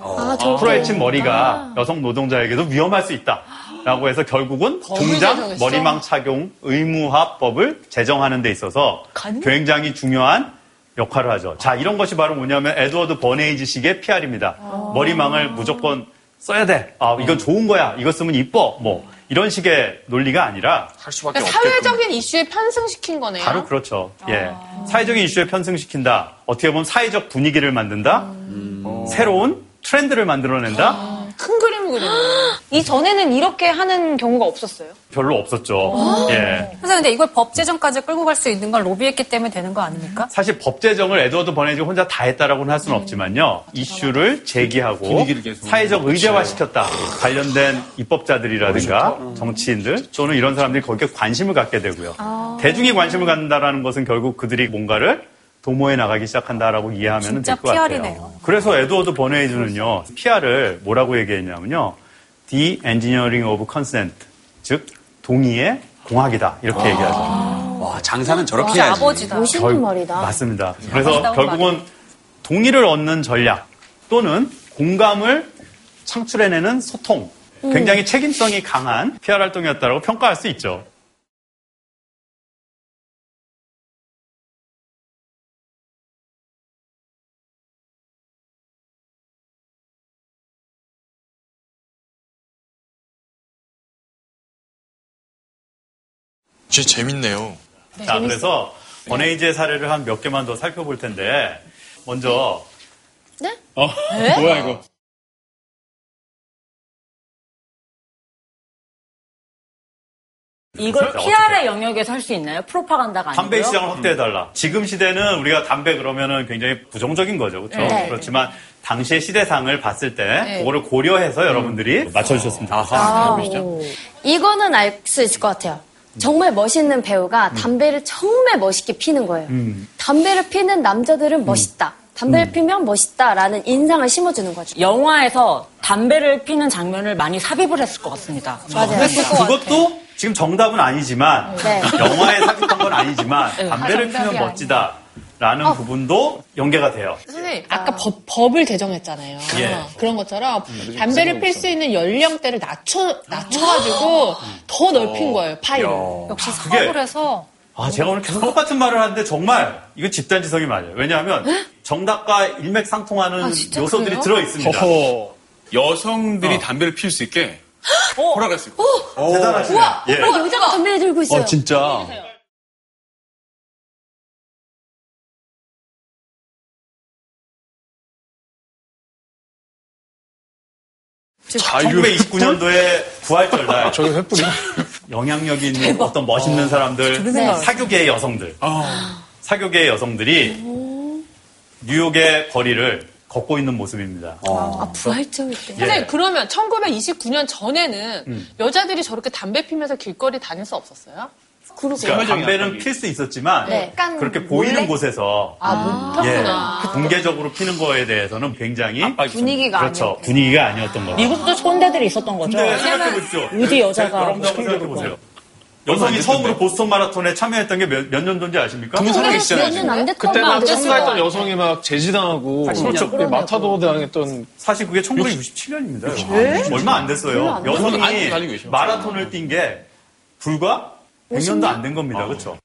아, 풀어헤친 머리가 여성 노동자에게도 위험할 수 있다. 라고 해서 결국은 정했어. 동장 머리망 착용 의무화법을 제정하는 데 있어서 간? 굉장히 중요한 역할을 하죠. 자, 이런 것이 바로 뭐냐면 에드워드 버네이지식의 PR입니다. 아. 머리망을 무조건 써야 돼. 아, 이건 좋은 거야. 이거 쓰면 이뻐. 뭐 이런 식의 논리가 아니라 할 수밖에 그러니까 사회적인 아. 이슈에 편승시킨 거네요. 바로 그렇죠. 예. 사회적인 이슈에 편승시킨다. 어떻게 보면 사회적 분위기를 만든다. 음. 새로운 트렌드를 만들어낸다. 아. 큰 그림을 그리는 이전에는 이렇게 하는 경우가 없었어요. 별로 없었죠. 예. 그래서 근데 이걸 법 제정까지 끌고 갈 수 있는 걸 로비했기 때문에 되는 거 아닙니까? 사실 법 제정을 에드워드 버네이즈 혼자 다 했다라고는 할 음. 수는 없지만요. 이슈를 제기하고 분위기를 계속 음. 그렇죠. 사회적 의제화시켰다. 관련된 입법자들이라든가 음. 정치인들 또는 이런 사람들이 거기에 관심을 갖게 되고요. 아. 대중이 관심을 갖는다라는 것은 결국 그들이 뭔가를 도모해 나가기 시작한다라고 이해하면 될 진짜 것 같아요. PR이네요. 그래서 에드워드 버네이즈는요. PR을 뭐라고 얘기했냐면요. The Engineering of Consent, 즉 동의의 공학이다 이렇게 아. 얘기하죠. 와 장사는 와, 아버지다. 멋있는 머리다. 맞습니다. 아버지다운 그래서 결국은 동의를 얻는 전략 또는 공감을 창출해내는 소통. 음. 굉장히 책임성이 강한 PR 활동이었다고 평가할 수 있죠. 진짜 재밌네요. 자, 그래서 버네이즈의 사례를 한 몇 개만 더 살펴볼 텐데 먼저 네? 어, 네? 뭐야 이거? 이걸 어떻게 PR의 영역에서 할 수 있나요? 프로파간다가 아니고요. 담배 시장을 확대해달라. 지금 시대는 우리가 담배 그러면은 굉장히 부정적인 거죠. 그렇죠? 네. 그렇지만 당시의 시대상을 봤을 때 네. 그거를 고려해서 여러분들이 음. 맞춰주셨으면 좋겠습니다. 아, 이거는 알 수 있을 것 같아요. 정말 멋있는 배우가 담배를 정말 멋있게 피는 거예요. 음. 담배를 피는 남자들은 멋있다. 담배를 피면 멋있다라는 인상을 심어주는 거죠. 영화에서 담배를 피는 장면을 많이 삽입을 했을 네. 것 같습니다. 근데 그것도 지금 정답은 아니지만 네. 영화에 삽입한 건 아니지만 네. 담배를 아, 정답이 피면 아니에요. 멋지다라는 부분도 연계가 돼요. 선생님, 아까 법, 을 개정했잖아요. 예. 그런 것처럼 요즘 담배를 없어요. 아. 필 수 있는 연령대를 낮춰, 낮춰가지고 더 넓힌 거예요, 파일을. 어. 야. 역시 그게- 사업을 해서. 아, 제가 오늘 계속 똑같은 말을 하는데 정말 이거 집단지성이 맞아요. 왜냐하면 정답과 일맥상통하는 아, 진짜 요소들이 그래요? 들어 있습니다. 어허. 어. 여성들이 담배를 피울 수 있게 허락을 했어요. 대단하시네요. 우와, 예. 어, 여자가 담배 들고 있어요. 진짜. 자유 19년도에 네, 부활절 날. 저기 횃불이 영향력이 있는 어떤 멋있는 사람들, 네, 저런 생각. 사교계의 여성들. 사교계의 여성들이 뉴욕의 거리를 걷고 있는 모습입니다. 아, 부활절 때. 예. 선생님, 그러면 1929년 전에는 음. 여자들이 저렇게 담배 피면서 길거리 다닐 수 없었어요? 그러니까 담배는 필 수 있었지만 네. 약간 그렇게 몰래? 보이는 곳에서 아, 못 폈구나. 예, 공개적으로 피는 거에 대해서는 굉장히 분위기가 그렇죠 아니었구나. 분위기가 아니었던 거예요. 미국도 꼰대들이 있었던 거죠. 근데 네, 생각해 보십시오. 어디 아, 여자가 여러분도 한번 생각해 보세요. 여성이 처음으로 보스턴 마라톤에 참여했던 게 몇 년 전인지 아십니까? 그분 살아계시잖아요, 지금. 몇년안 됐던 그때 막 막 거안 됐을 참가했던 거예요. 여성이 막 아, 제지당하고 그렇죠. 마타도 당했던 사실 그게 1967년입니다. 예? 얼마 안 별로 됐어요. 안 여성이 됐어요. 아직도 달리고 계셔. 마라톤을 뛴 게 불과 100년도 안 된 겁니다. 그렇죠?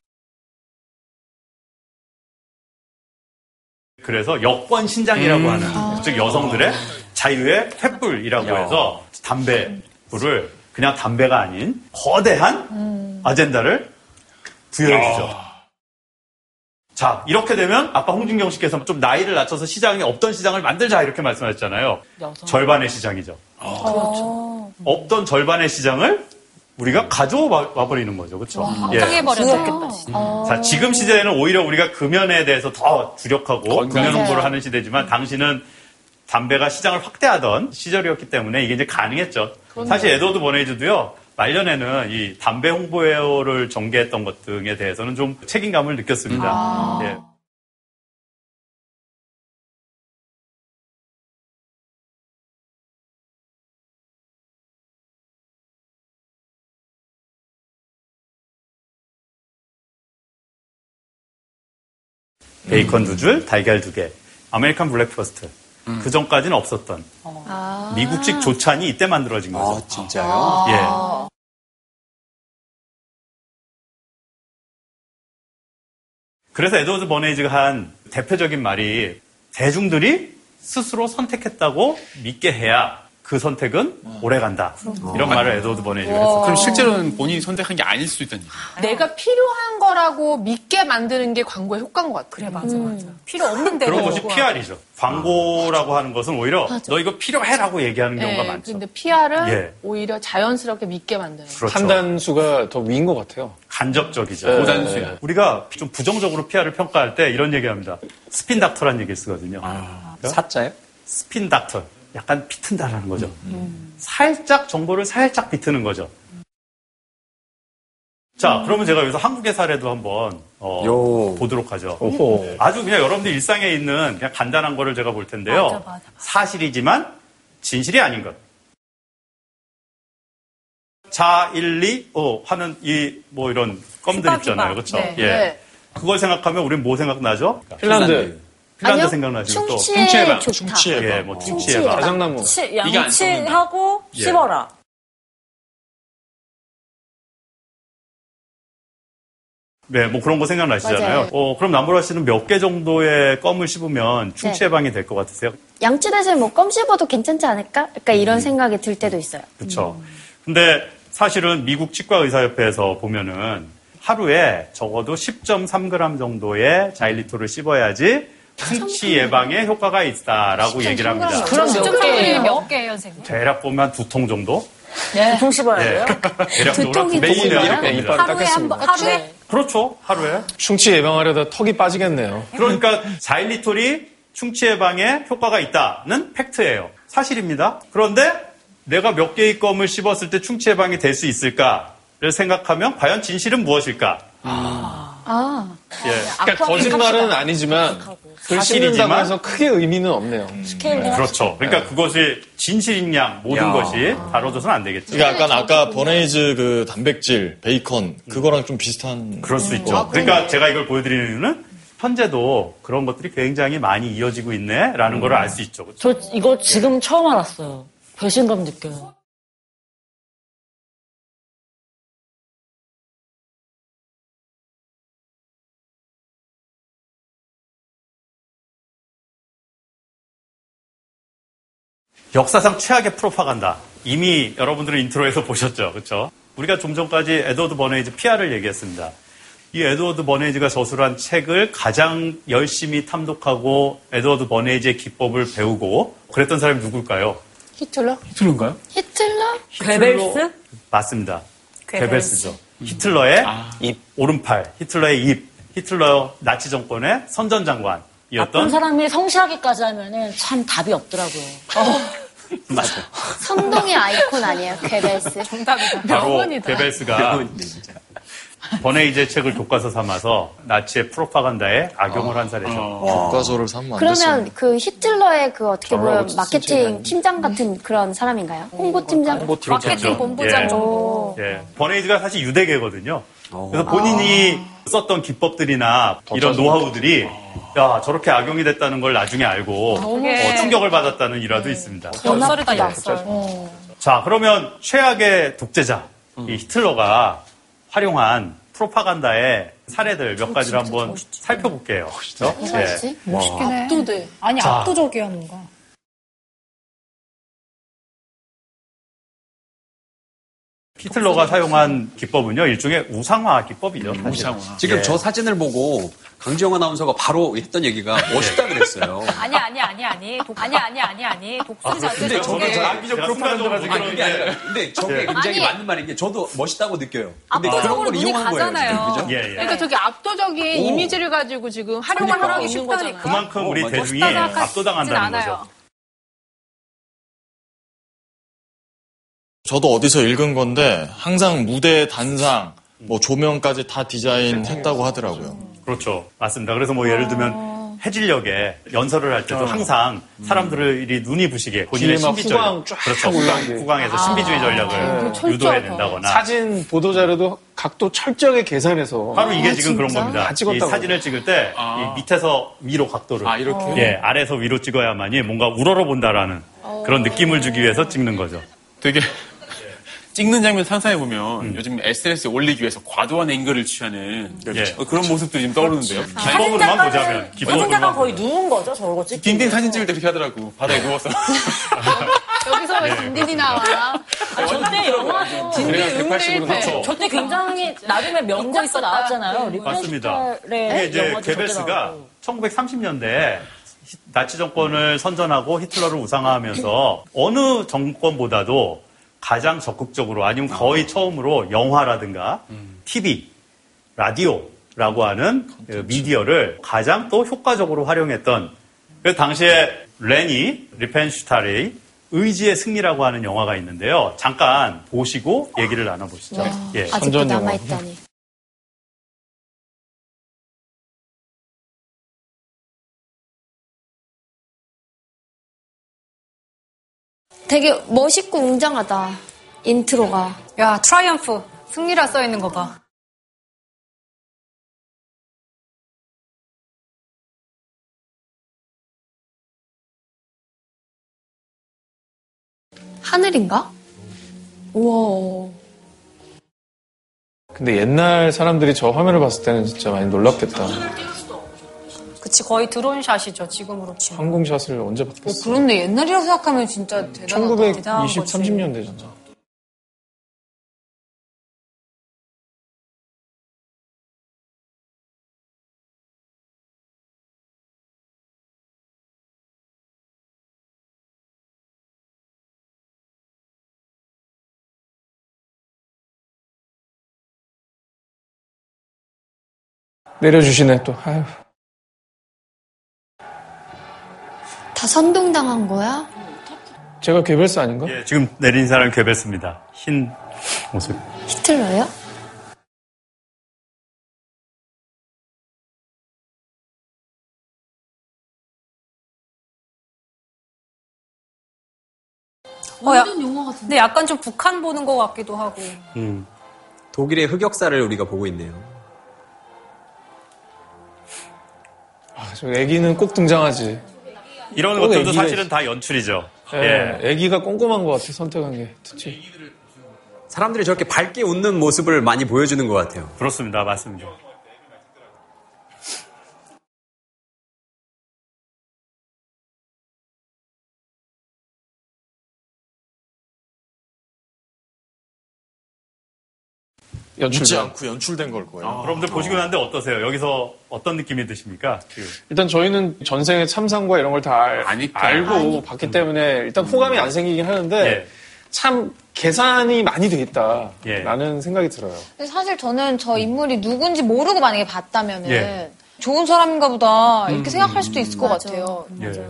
그래서 여권 신장이라고 하는 즉 여성들의 자유의 횃불이라고 해서 담배 불을 그냥 담배가 아닌 거대한 음. 아젠다를 부여해주죠. 자, 이렇게 되면 아까 홍진경 씨께서 좀 나이를 낮춰서 시장이 없던 시장을 만들자 이렇게 말씀하셨잖아요. 절반의 시장이죠. 아, 그렇죠. 없던 절반의 시장을 우리가 가져와 버리는 거죠. 그렇죠? 버렸겠다. 어. 어. 자, 지금 시대에는 오히려 우리가 금연에 대해서 더 주력하고 금연 홍보를 하는 시대지만 당시는 담배가 시장을 확대하던 시절이었기 때문에 이게 이제 가능했죠. 그렇네요. 사실 에드워드 버네이즈도요. 말년에는 이 담배 홍보회를 전개했던 것 등에 대해서는 좀 책임감을 느꼈습니다. 아. 예. 베이컨 두 줄, 달걀 두 개, 아메리칸 블랙퍼스트. 그 전까지는 없었던 어. 아. 아. 미국식 조찬이 이때 만들어진 거죠. 아, 진짜요? 예. 그래서 에드워드 버네이즈가 한 대표적인 말이 대중들이 스스로 선택했다고 믿게 해야 그 선택은 오래 간다. 이런 말을 에드워드 버네이즈가 했어요. 그럼 실제로는 본인이 선택한 게 아닐 수도 있다는 얘기. 그 내가 필요한 거라고 믿게 만드는 게 광고의 효과인 것 같아요. 음. 그래, 맞아, 맞아. 필요 없는데. 그런 것이 PR이죠. 광고라고 하는 것은 오히려 네, 맞아. 너 이거 필요해라고 얘기하는 경우가 네, 많죠. 근데 PR은 예. 오히려 자연스럽게 믿게 만드는. 그렇죠. 판단수가 더 위인 것 같아요. 간접적이죠. 네. 고단수야. 우리가 좀 부정적으로 PR을 평가할 때 이런 얘기합니다. 스핀 닥터라는 얘기를 쓰거든요. 아. 사자요? 스핀 닥터. 약간 비튼다라는 거죠. 음. 살짝 정보를 살짝 비트는 거죠. 자, 그러면 제가 여기서 한국의 사례도 한번 어, 보도록 하죠. 오호. 아주 그냥 여러분들 일상에 있는 그냥 간단한 거를 제가 볼 텐데요. 사실이지만 진실이 아닌 것. 자, 1, 2, 5 하는 이 뭐 이런 껌들 휘박, 있잖아요. 휘박. 그렇죠? 네. 예. 네. 그걸 생각하면 우린 뭐 생각나죠? 핀란드. 핀란드 아니요. 생각나죠. 또 충치에 충치해방. 좋다. 충치해방. 예, 뭐 충치해방. 충치해방. 치- 이게 안 썩는다. 양치하고 예. 네. 씹어라. 네, 뭐 그런 거 맞아요. 생각나시잖아요. 어, 그럼 남보라 씨는 몇 개 정도의 껌을 네. 씹으면 충치해방이 될 것 같으세요? 양치 대신 뭐 껌 씹어도 괜찮지 않을까? 음. 약간 이런 생각이 들 때도 있어요. 그렇죠. 음. 근데 사실은 미국 치과의사협회에서 보면은 하루에 적어도 10.3g 정도의 자일리토를 씹어야지 충치 예방에 효과가 있다라고 얘기를 합니다. 그럼 몇 개예요? 몇 개예요, 선생님? 대략 보면 두 통 정도? 두통 씹어야 네. 예. 돼요? 대략적으로 매일 이빨을 닦았습니다. 하루에? 그렇죠. 하루에. 충치 예방하려다 턱이 빠지겠네요. 그러니까 4일리톨이 충치 예방에 효과가 있다는 팩트예요. 사실입니다. 그런데 내가 몇 개의 껌을 씹었을 때 충치 예방이 될 수 있을까를 생각하면 과연 진실은 무엇일까? 아. 예. 그러니까 거짓말은 아니지만 글씹는다고 사실이지만 해서 크게 의미는 없네요. 네, 그렇죠. 그러니까 그것이 진실인 양 모든 야. 것이 다뤄져서는 안 되겠죠. 그러니까 그렇죠. 약간 아까 버네이즈 그 단백질, 베이컨 그거랑 좀 비슷한. 그럴 수 있죠. 그러니까 제가 이걸 보여드리는 이유는 현재도 그런 것들이 굉장히 많이 이어지고 있네라는 음. 걸 알 수 있죠. 저 이거 지금 처음 알았어요. 배신감 느껴요. 역사상 최악의 프로파간다. 이미 여러분들은 인트로에서 보셨죠. 그렇죠? 우리가 좀 전까지 에드워드 버네이즈 피아를 얘기했습니다. 이 에드워드 버네이즈가 저술한 책을 가장 열심히 탐독하고 에드워드 버네이즈의 기법을 배우고 그랬던 사람이 누굴까요? 히틀러? 히틀러인가요? 히틀러? 괴벨스? 맞습니다. 괴벨스. 괴벨스죠. 히틀러의 입, 오른팔, 히틀러의 입, 히틀러 나치 정권의 어떤 선전장관이었던 사람이 성실하기까지 하면은 참 답이 없더라고요. 맞아. 선동의 아이콘 아니에요, 어, 괴벨스. 정답이다. 바로 괴벨스가 버네이즈의 책을 교과서 삼아서 나치의 프로파간다에 악용을 한 사례죠. 어. 교과서를 삼면 그러면 그 히틀러의 그 어떻게 저라고 보면 쓴 책이 마케팅 팀장 같은 그런 사람인가요? 홍보 팀장? 그렇겠죠. 음, 예. 뭐. 예. 버네이즈가 사실 유대계거든요. 어. 그래서 본인이 아. 썼던 기법들이나 이런 찾아보고. 노하우들이 야 저렇게 악용이 됐다는 걸 나중에 알고 그게- 어, 충격을 받았다는 일화도 어, 있습니다. 엽설이다, 엽설. 자, 그러면 최악의 독재자, 이 히틀러가 활용한 프로파간다의 사례들 몇 가지를 한번 살펴볼게요. 그렇죠? 예. 멋있긴 해. 압도돼. 아니, 자. 압도적이야, 뭔가. 히틀러가 사용한 기법은요, 일종의 우상화 기법이죠. 사실. 지금 예. 저 사진을 보고 강지영 아나운서가 바로 했던 얘기가 예. 멋있다 그랬어요. 아니 아니 아니 아니 독, 아니 아니 아니 아니 독수리 자체 근데 저게 저게 제가 순간적으로 그런 아니, 그게 아니라 근데 저게 예. 굉장히 아니. 맞는 말인 게 저도 멋있다고 느껴요. 근데 그런 압도적으로 걸 눈이 이용한 거예요. 가잖아요. 지금, 그죠? 그러니까 저게 압도적인 오. 이미지를 가지고 지금 활용을 그러니까. 하고 있는 거잖아요. 그만큼 우리 대중이 멋있다 생각하진 압도당한다는 않아요. 거죠. 저도 어디서 읽은 건데 항상 무대 단상, 뭐 조명까지 다 디자인했다고 하더라고요. 그렇죠. 맞습니다. 그래서 뭐 예를 들면 해질녘에 연설을 할 때도 어. 항상 사람들이 눈이 부시게 본인의 아. 음. 뒤에 막 신비 전략. 후광 쫙 그렇죠. 올라오게. 후광, 후광에서 신비주의 전략을 유도해낸다거나 사진 보도 자료도 각도 철저하게 계산해서 바로 이게 지금 그런 겁니다. 다 이 찍었다고. 사진을 찍을 때 이 밑에서 위로 각도를 아. 이렇게? 예, 아래에서 위로 찍어야만이 뭔가 우러러본다라는 어. 그런 느낌을 주기 위해서 찍는 거죠. 되게 찍는 장면 상상해 보면 음. 요즘 SNS에 올리기 위해서 과도한 앵글을 취하는 네, 그렇죠. 어, 그런 모습들이 지금 떠오르는데요. 어, 사진작가 거의 누운 거죠, 저거 찍. 딘딘 사진 찍을 때 그렇게 하더라고. 바닥에 누워서. 여기서 네. 왜 딘딘이 나와? 아, 저때 영화도 딘딘 그래요, 응대 180으로 일패. 저- 저때 굉장히 나름의 명작도 나왔잖아요. 네. 맞습니다. 네. 이게 리프레스탈의 이제 네, 영화도 저때 괴벨스가 1930년대에 나치 정권을 선전하고 히틀러를 우상화하면서 어느 정권보다도 가장 적극적으로 아니면 거의 처음으로 영화라든가 TV, 라디오라고 하는 그 미디어를 가장 또 효과적으로 활용했던 그 당시에 레니 리펜슈탈의 의지의 승리라고 하는 영화가 있는데요. 잠깐 보시고 얘기를 나눠보시죠. 와, 예. 아직도 남아있다니. 되게 멋있고 웅장하다. 인트로가. 야 트라이언프 승리라 써 있는 거 봐. 하늘인가? 우와. 근데 옛날 사람들이 저 화면을 봤을 때는 진짜 많이 놀랐겠다. 그치 거의 드론 샷이죠 지금으로 치면. 항공샷을 언제 봤겠어? 그런데 옛날이라 생각하면 진짜 대단하다. 1920, 30년대잖아. 내려주시네 또. 아유. 다 선동당한 거야? 제가 개별사 아닌가? 예, 지금 내린 사람 괴벨스입니다. 흰 옷을. 히틀러요? 완전 영화 같은데. 어, 근데 약간 좀 북한 보는 것 같기도 하고. 음. 독일의 흑역사를 우리가 보고 있네요. 아, 저 애기는 꼭 등장하지. 이런 꼭 것들도 애기가 사실은 있- 다 연출이죠. 예. 예. 애기가 꼼꼼한 것 같아 선택한 게. 특히. 사람들이 저렇게 밝게 웃는 모습을 많이 보여주는 것 같아요. 그렇습니다. 맞습니다. 웃지 않고 연출된 걸 거예요. 아, 여러분들 보시고 난데 어떠세요? 여기서 어떤 느낌이 드십니까? 일단 저희는 전생의 참상과 이런 걸 다 알고 봤기 때문에 일단 호감이 안 생기긴 하는데 예. 참 계산이 많이 돼 있다라는 생각이 들어요. 근데 사실 저는 저 인물이 누군지 모르고 만약에 봤다면은 예. 좋은 사람인가 보다 이렇게 음, 생각할 수도 있을 것 같아요.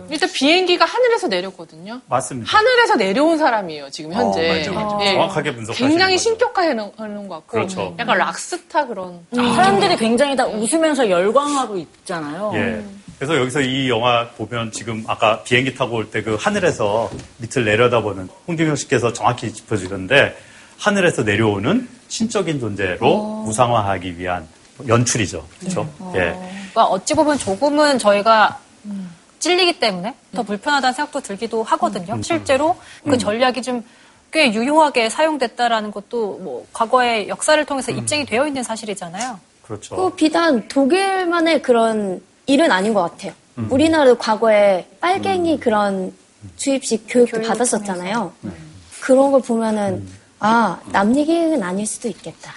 일단 비행기가 하늘에서 내렸거든요. 예. 맞습니다. 하늘에서 내려온 사람이에요 지금 현재. 예. 어, 맞아요, 예. 맞아요. 정확하게 분석하시는 굉장히 거죠. 신격화하는 하는 것 같고 네. 그렇죠. 약간 락스타 그런. 사람들이 굉장히 다 웃으면서 열광하고 있잖아요. 예. 그래서 여기서 이 영화 보면 지금 아까 비행기 타고 올 때 그 하늘에서 밑을 내려다보는 홍진영 씨께서 정확히 짚어주는데 하늘에서 내려오는 신적인 어. 존재로 무상화하기 위한 연출이죠. 그렇죠? 네. 예. 그러니까 어찌 보면 조금은 저희가 찔리기 때문에 더 불편하다는 생각도 들기도 하거든요. 실제로 그 전략이 좀 꽤 유효하게 사용됐다라는 것도 뭐 과거의 역사를 통해서 입증이 되어 있는 사실이잖아요. 어. 그렇죠. 그 비단 독일만의 그런 일은 아닌 것 같아요. 우리나라도 과거에 빨갱이 그런 주입식 교육도 받았었잖아요. 그런 걸 보면은 아, 남 얘기는 아닐 수도 있겠다.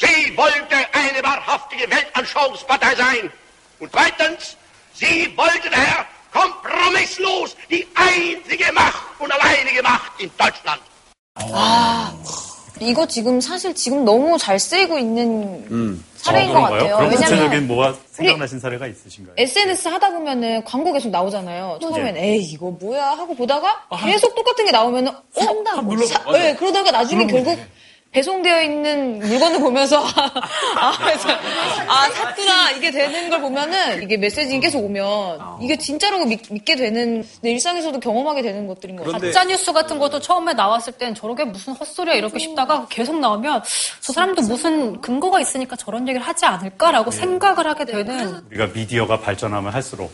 Sie wollte eine wahrhaftige Weltanschauungspartei sein. Und zweitens, sie wollte daher kompromisslos die einzige Macht und alleinige Macht in Deutschland. 아 이거 지금 사실 지금 너무 잘 쓰이고 있는 음. 사례인 어, 것 그런가요? 같아요. 그럼 왜냐면- 구체적인 뭐가 생각나신 사례가 있으신가요? SNS 하다 보면은 광고 계속 나오잖아요. 처음엔 네. 에이 이거 뭐야 하고 보다가 아, 계속 똑같은 게 나오면은 어? 한 눌러봐. 사- 맞아. 네. 예, 그러다가 나중에 눌러보게 결국 배송되어 있는 물건을 보면서 아, 그래서 아 샀구나 이게 되는 걸 보면은 이게 메시지 계속 아. 오면 이게 진짜라고 믿, 게 되는 내 일상에서도 경험하게 되는 것들인 것 같아요. 가짜 뉴스 같은 것도 처음에 나왔을 땐 저렇게 무슨 헛소리야 이렇게 싶다가 계속 나오면 저 사람도 무슨 근거가 있으니까 저런 얘기를 하지 않을까라고 생각을 하게 되는 우리가 미디어가 발전하면 할수록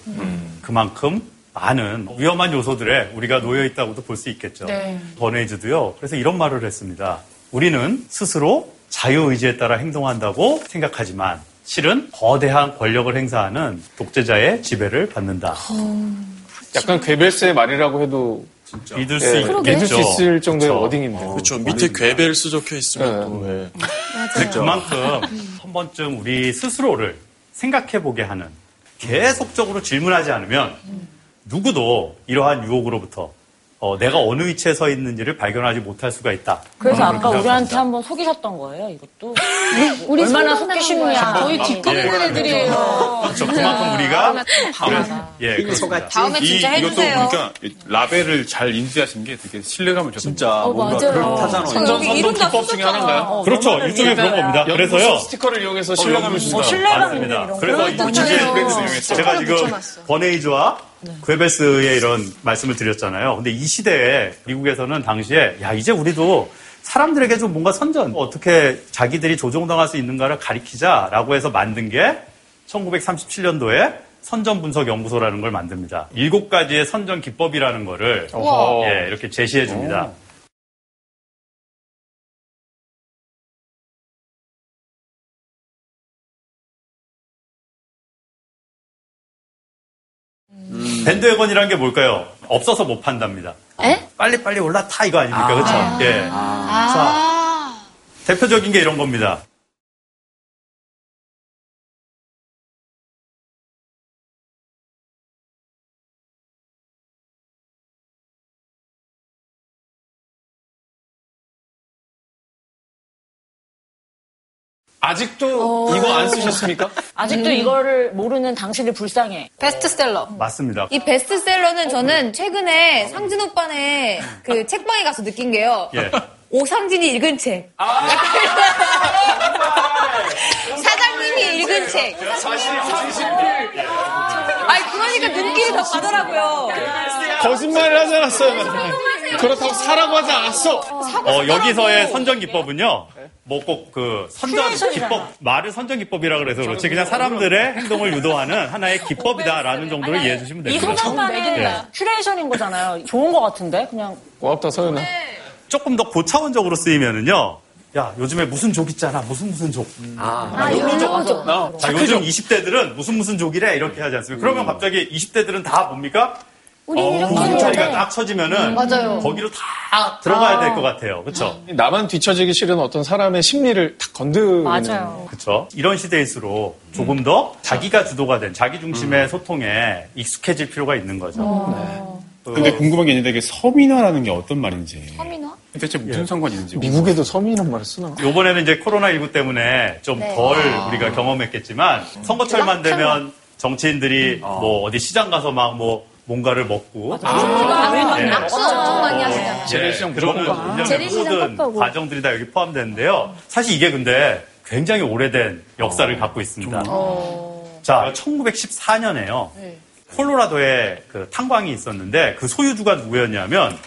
그만큼 많은 위험한 요소들에 우리가 놓여 있다고도 볼 수 있겠죠. 네. 버네이즈도요. 그래서 이런 말을 했습니다. 우리는 스스로 자유 의지에 따라 행동한다고 생각하지만 실은 거대한 권력을 행사하는 독재자의 지배를 받는다. 아, 약간 괴벨스의 말이라고 해도 믿을 수 예, 있겠죠. 믿을 수 있을 정도의 워딩인데. 그렇죠. 밑에 괴벨스 적혀 있으면 또 예. 근데 네, 그만큼 한 번쯤 우리 스스로를 생각해 보게 하는 계속적으로 질문하지 않으면 누구도 이러한 유혹으로부터 어, 내가 어느 위치에 서 있는지를 발견하지 못할 수가 있다. 그래서 아까 그렇게 우리한테 한번 속이셨던 거예요, 이것도. 우리 얼마나 속았나 속기 쉽냐. 거야. 거의 뒷거 예. 먹는 애들이에요. 그렇죠. 그만큼 우리가 예, 속았지. 다음에 진짜 이것도 해주세요. 보니까 라벨을 잘 인지하신 게 되게 신뢰감을 줬어요. 진짜 어, 뭔가 맞아요. 그렇다잖아요. 선전, 선전 선 기법 중에 하나인가요? 그렇죠. 일종의 그런 겁니다. 그래서요. 스티커를 이용해서 어, 신뢰감을 주다. 맞습니다. 그래서 이제 아, 제가 지금 버네이즈와 괴베스의 이런 말씀을 드렸잖아요. 근데 이 시대에 미국에서는 당시에 야 이제 우리도 사람들에게 좀 뭔가 선전 어떻게 자기들이 조종당할 수 있는가를 가리키자라고 해서 만든 게 1937년도에 선전 분석 연구소라는 걸 만듭니다. 일곱 가지의 선전 기법이라는 거를 어허. 예, 이렇게 제시해 줍니다. 음. 밴드웨건이라는 게 뭘까요? 없어서 못 판답니다. 빨리 빨리 올라타 이거 아닙니까? 그렇죠? 예. 아. 자, 대표적인 게 이런 겁니다. 아직도 이거 안 쓰셨습니까? 어. 아직도 이거를 모르는 당신을 불쌍해. 베스트셀러. 예, 맞습니다. 이 베스트셀러는 저는 최근에 상진 오빠네 그 책방에 가서 느낀 게요. 예. 오상진이 읽은 책. 사장님이 읽은 책. 아니 그러니까 눈길이 더 가더라고요. 거짓말을 하지 않았어요. 그렇다고 사라고 하지 않았어. 어, 여기서의 선정 기법은요. 뭐 꼭 그 선정 큐레이션이잖아. 기법 말을 선정 기법이라 그래서 그렇지 그냥 사람들의 행동을 유도하는 하나의 기법이다라는 정도로 이해해 주시면 이 됩니다. 예. 소장판은 큐레이션인 거잖아요. 좋은 거 같은데 그냥 고맙다 서연아. 조금 더 고차원적으로 쓰이면은요. 야, 요즘에 무슨 족 있잖아. 무슨 무슨 족. 아, 나 요런 족. 어, 나. 자, 요즘 20대들은 무슨 무슨 족이래. 이렇게 하지 않습니까? 음. 그러면 갑자기 20대들은 다 뭡니까? 우리 어, 이렇게 자리가 해야 돼. 딱 음, 쳐지면은 맞아요. 거기로 다 들어가야 아. 될 것 같아요. 그렇죠? 나만 뒤처지기 싫은 어떤 사람의 심리를 탁 건드리는. 그렇죠. 이런 시대일수록 조금 음. 더 자기가 주도가 된 자기 중심의 소통에 익숙해질 필요가 있는 네. 거죠. 어. 어. 어. 근데 궁금한 게 있는데 이게 서민화라는 게 어떤 말인지. 서민화? 대체 예. 무슨 상관이 있는지. 미국에도 서민이란 말을 쓰나? 요번에는 이제 코로나19 때문에 좀 덜 네. 아. 우리가 경험했겠지만 선거철만 되면 정치인들이 뭐 어디 시장 가서 막 뭐 뭔가를 먹고 악수 엄청 많이 하시잖아요. 재래시장 그러는 재래시장 일련의 모든 꺾어오고. 과정들이 다 여기 포함되는데요. 사실 이게 근데 굉장히 오래된 역사를 갖고 있습니다. 어. 자, 1914년에요. 네. 콜로라도에 그 탄광이 있었는데 그 소유주가 누구였냐면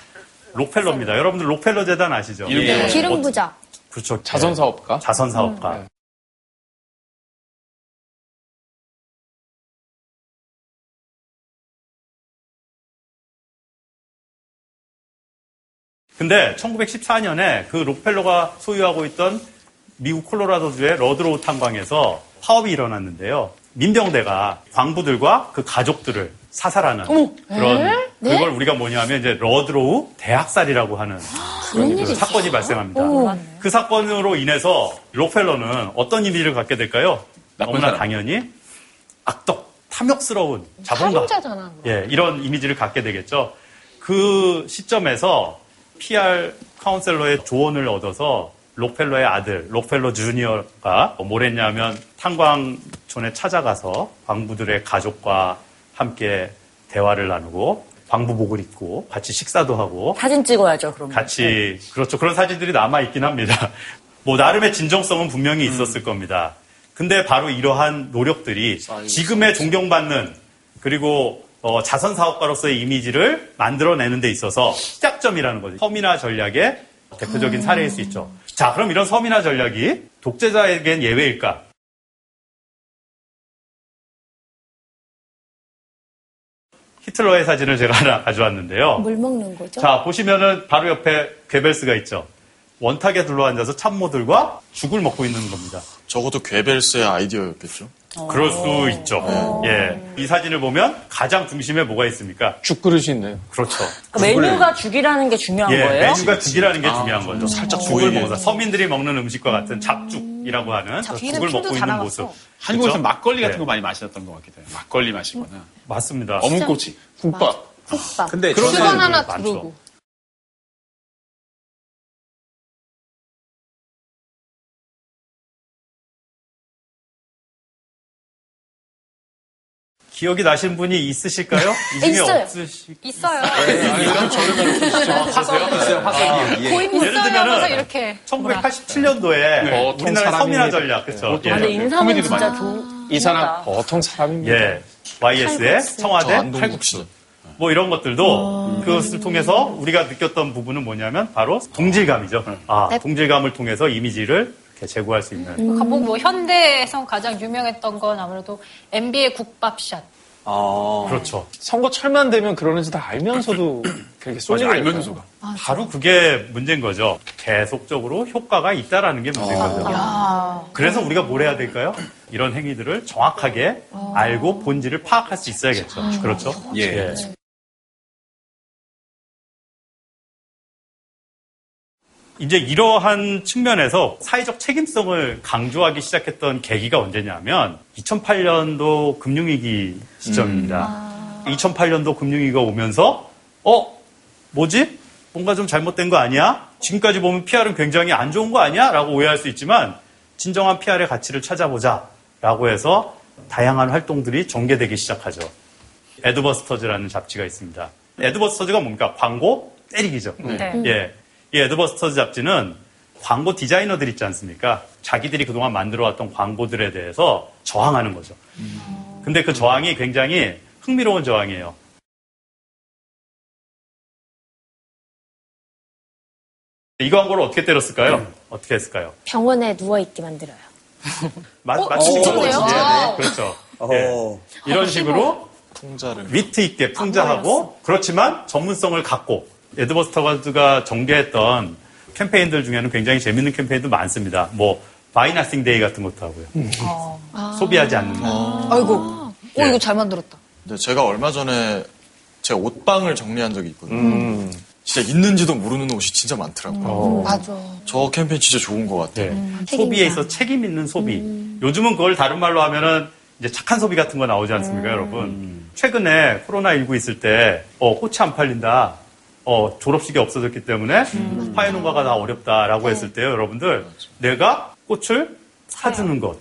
록펠러입니다. 여러분들 록펠러 재단 아시죠? 네. 뭐 기름 부자. 그렇죠. 자선사업가? 음. 자선사업가. 근데 1914년에 그 록펠러가 소유하고 있던 미국 콜로라도주의 러드로우 탄광에서 파업이 일어났는데요. 민병대가 광부들과 그 가족들을 사살하는 어머, 그런 에? 네? 그걸 우리가 뭐냐면 이제 러드로우 대학살이라고 하는 아, 그런 일이 사건이 있었어요? 발생합니다. 오. 그 사건으로 인해서 록펠러는 어떤 의미를 갖게 될까요? 너무나 사람. 당연히 악덕, 탐욕스러운 자본가 사용자잖아. 예, 이런 이미지를 갖게 되겠죠. 그 시점에서 PR 카운셀러의 조언을 얻어서 록펠러의 아들, 록펠러 주니어가 뭘 했냐면 탄광촌에 찾아가서 광부들의 가족과 함께 대화를 나누고 광부복을 입고 같이 식사도 하고 사진 찍어야죠. 그럼 같이 그렇죠 그런 사진들이 남아 있긴 합니다. 뭐 나름의 진정성은 분명히 음. 있었을 겁니다. 근데 바로 이러한 노력들이 아, 지금의 존경받는 그리고 어, 자선 사업가로서의 이미지를 만들어내는 데 있어서 시작점이라는 거죠. 서민화 전략의 음. 대표적인 사례일 수 있죠. 자, 그럼 이런 서민화 전략이 독재자에겐 예외일까? 히틀러의 사진을 제가 하나 가져왔는데요. 뭐? 물 먹는 거죠? 자, 보시면은 바로 옆에 괴벨스가 있죠. 원탁에 둘러앉아서 참모들과 죽을 먹고 있는 겁니다. 적어도 괴벨스의 아이디어였겠죠. 그럴 수 있죠. 예. 이 사진을 보면 가장 중심에 뭐가 있습니까? 죽그릇이 있네요. 그렇죠. 그러니까 메뉴가 죽이라는 게 중요한 예, 거예요. 메뉴가 죽이라는 게 아, 중요한 음. 거죠. 살짝 죽을 예, 보이게. 먹어서 서민들이 먹는 음식과 같은 잡죽이라고 하는 잡죽이는 죽을 먹고 피도 다 있는 나갔어. 모습. 한국에서 그렇죠? 막걸리 같은 네. 거 많이 마셨던 것 같기도 해요. 막걸리 마시거나. 맞습니다. 어묵꼬치, 국밥. 국밥. 근데 그런 수건 사람들이 하나 많죠. 두르고. 기억이 나신 분이 있으실까요? 이 중에 있어요. 없으시... 있어요. 아, 예. 예를 하면서 들면은 이렇게. 1987년도에 네. 어, 우리나라 서민화 전략 그렇죠. 보통 사람이 코미디도 많이 이 사람 보통 사람입니다. 예. YS의 칼국수. 청와대 저 안동국수. 칼국수. 뭐 이런 아. 것들도 그것을 통해서 우리가 느꼈던 부분은 뭐냐면 바로 동질감이죠. 아, 네. 동질감을 통해서 이미지를 이렇게 제고할 수 음. 있는. 뭐, 뭐 현대에선 가장 유명했던 건 아무래도 MB의 국밥샷. 아. 그렇죠. 선거철만 되면 그러는지 다 알면서도 그렇게 쏠리게 맞아, 될까요? 알면서도. 바로 그게 문제인 거죠. 계속적으로 효과가 있다라는 게 아. 문제인 거죠. 그래서 우리가 뭘 해야 될까요? 이런 행위들을 정확하게 어. 알고 본질을 파악할 수 있어야겠죠. 그렇죠? 예. 이제 이러한 측면에서 사회적 책임성을 강조하기 시작했던 계기가 언제냐면 2008년도 금융위기 시점입니다. 2008년도 금융위기가 오면서 어 뭐지? 뭔가 좀 잘못된 거 아니야? 지금까지 보면 PR은 굉장히 안 좋은 거 아니야? 라고 오해할 수 있지만 진정한 PR의 가치를 찾아보자라고 해서 다양한 활동들이 전개되기 시작하죠. 에드버스터즈라는 잡지가 있습니다. 에드버스터즈가 뭡니까? 광고 때리기죠. 네. 예. 이 에드버스터즈 잡지는 광고 디자이너들 있지 않습니까? 자기들이 그동안 만들어왔던 광고들에 대해서 저항하는 거죠. 근데 그 저항이 굉장히 흥미로운 저항이에요. 이 광고를 어떻게 때렸을까요? 음. 어떻게 했을까요? 병원에 누워있게 만들어요. 마, 어, 마치 진짜네요? 그런 거지. 와. 그렇죠. 예. 이런 식으로 풍자를 위트 있게 풍자하고 그렇지만 전문성을 갖고 에드버스터가 전개했던 캠페인들 중에는 굉장히 재밌는 캠페인도 많습니다. 뭐 바이나싱 데이 같은 것도 하고요. 음. 아, 소비하지 않는 거. 아이고, 어, 이거 잘 만들었다. 근데 제가 얼마 전에 제 옷방을 정리한 적이 있거든요. 진짜 있는지도 모르는 옷이 진짜 많더라고요. 음. 맞아. 저 캠페인 진짜 좋은 것 같아요. 소비에 있어 책임 있는 소비. 요즘은 그걸 다른 말로 하면은 이제 착한 소비 같은 거 나오지 않습니까, 여러분? 최근에 코로나19 있을 때, 어, 꽃이 안 팔린다. 어, 졸업식이 없어졌기 때문에 화훼 농가가 다 어렵다라고 했을 때요, 여러분들. 내가 꽃을 사주는 것.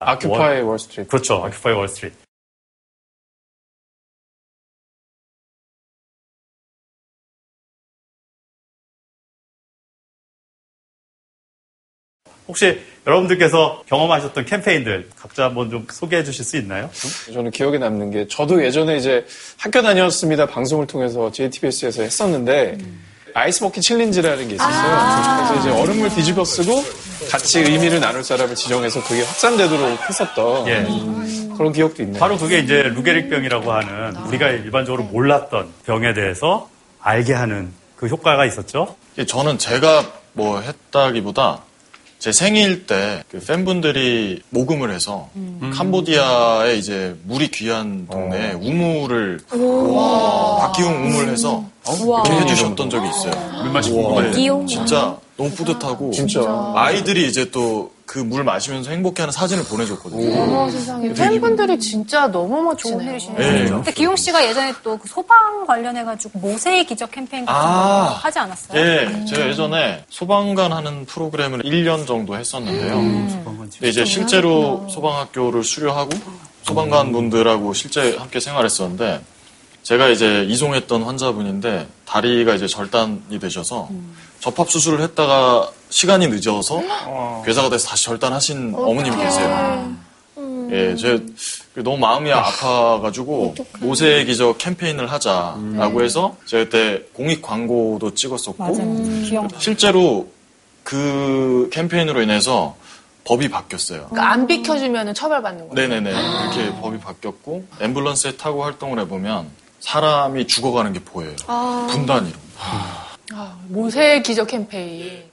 아큐파이 월스트리트. 그렇죠. 아큐파이 월스트리트. 혹시 여러분들께서 경험하셨던 캠페인들 각자 한번 좀 소개해 주실 수 있나요? 저는 기억에 남는 게 저도 예전에 이제 학교 다녔습니다 방송을 통해서 JTBC에서 했었는데 아이스 버킷 챌린지라는 게 있었어요. 그래서 이제 얼음물 뒤집어 쓰고 같이 의미를 나눌 사람을 지정해서 그게 확산되도록 했었던 예. 아. 그런 기억도 있네요. 바로 그게 이제 루게릭병이라고 하는 우리가 일반적으로 몰랐던 병에 대해서 알게 하는 그 효과가 있었죠. 이게 예, 저는 제가 뭐 했다기보다 제 생일 때 그 팬분들이 모금을 해서 캄보디아의 이제 물이 귀한 동네에 우물을 바키웅 우물 해서 어? 이렇게 해주셨던 적이 있어요. 물 마시고. 바키웅. 진짜 너무 뿌듯하고 진짜. 아이들이 이제 또 그 물 마시면서 행복해하는 사진을 보내줬거든요. 어머 세상에 팬분들이 진짜 너무 멋지네요. 좋은 일이시네요. 예. 근데 기용 씨가 예전에 또그 소방 관련해가지고 모세의 기적 캠페인 같은 아. 거 하지 않았어요? 예, 제가 예전에 소방관 하는 프로그램을 1년 정도 했었는데요. 근데 이제 실제로 소방학교를 수료하고 소방관 분들하고 실제 함께 생활했었는데 제가 이제 이송했던 환자분인데 다리가 이제 절단이 되셔서 접합 수술을 했다가 시간이 늦어서 괴사가 돼서 다시 절단하신 어머님이 계세요. 네. 음. 예, 제 너무 마음이 아파가지고 모세의 기적 캠페인을 하자라고 해서 제가 그때 공익 광고도 찍었었고 기억나. 실제로 그 캠페인으로 인해서 법이 바뀌었어요. 그러니까 안 비켜주면 처벌받는 거예요. 네네네. 이렇게 법이 바뀌었고 앰뷸런스에 타고 활동을 해보면 사람이 죽어가는 게 보여요. 아. 분단위로. 아, 모세의 기적 캠페인.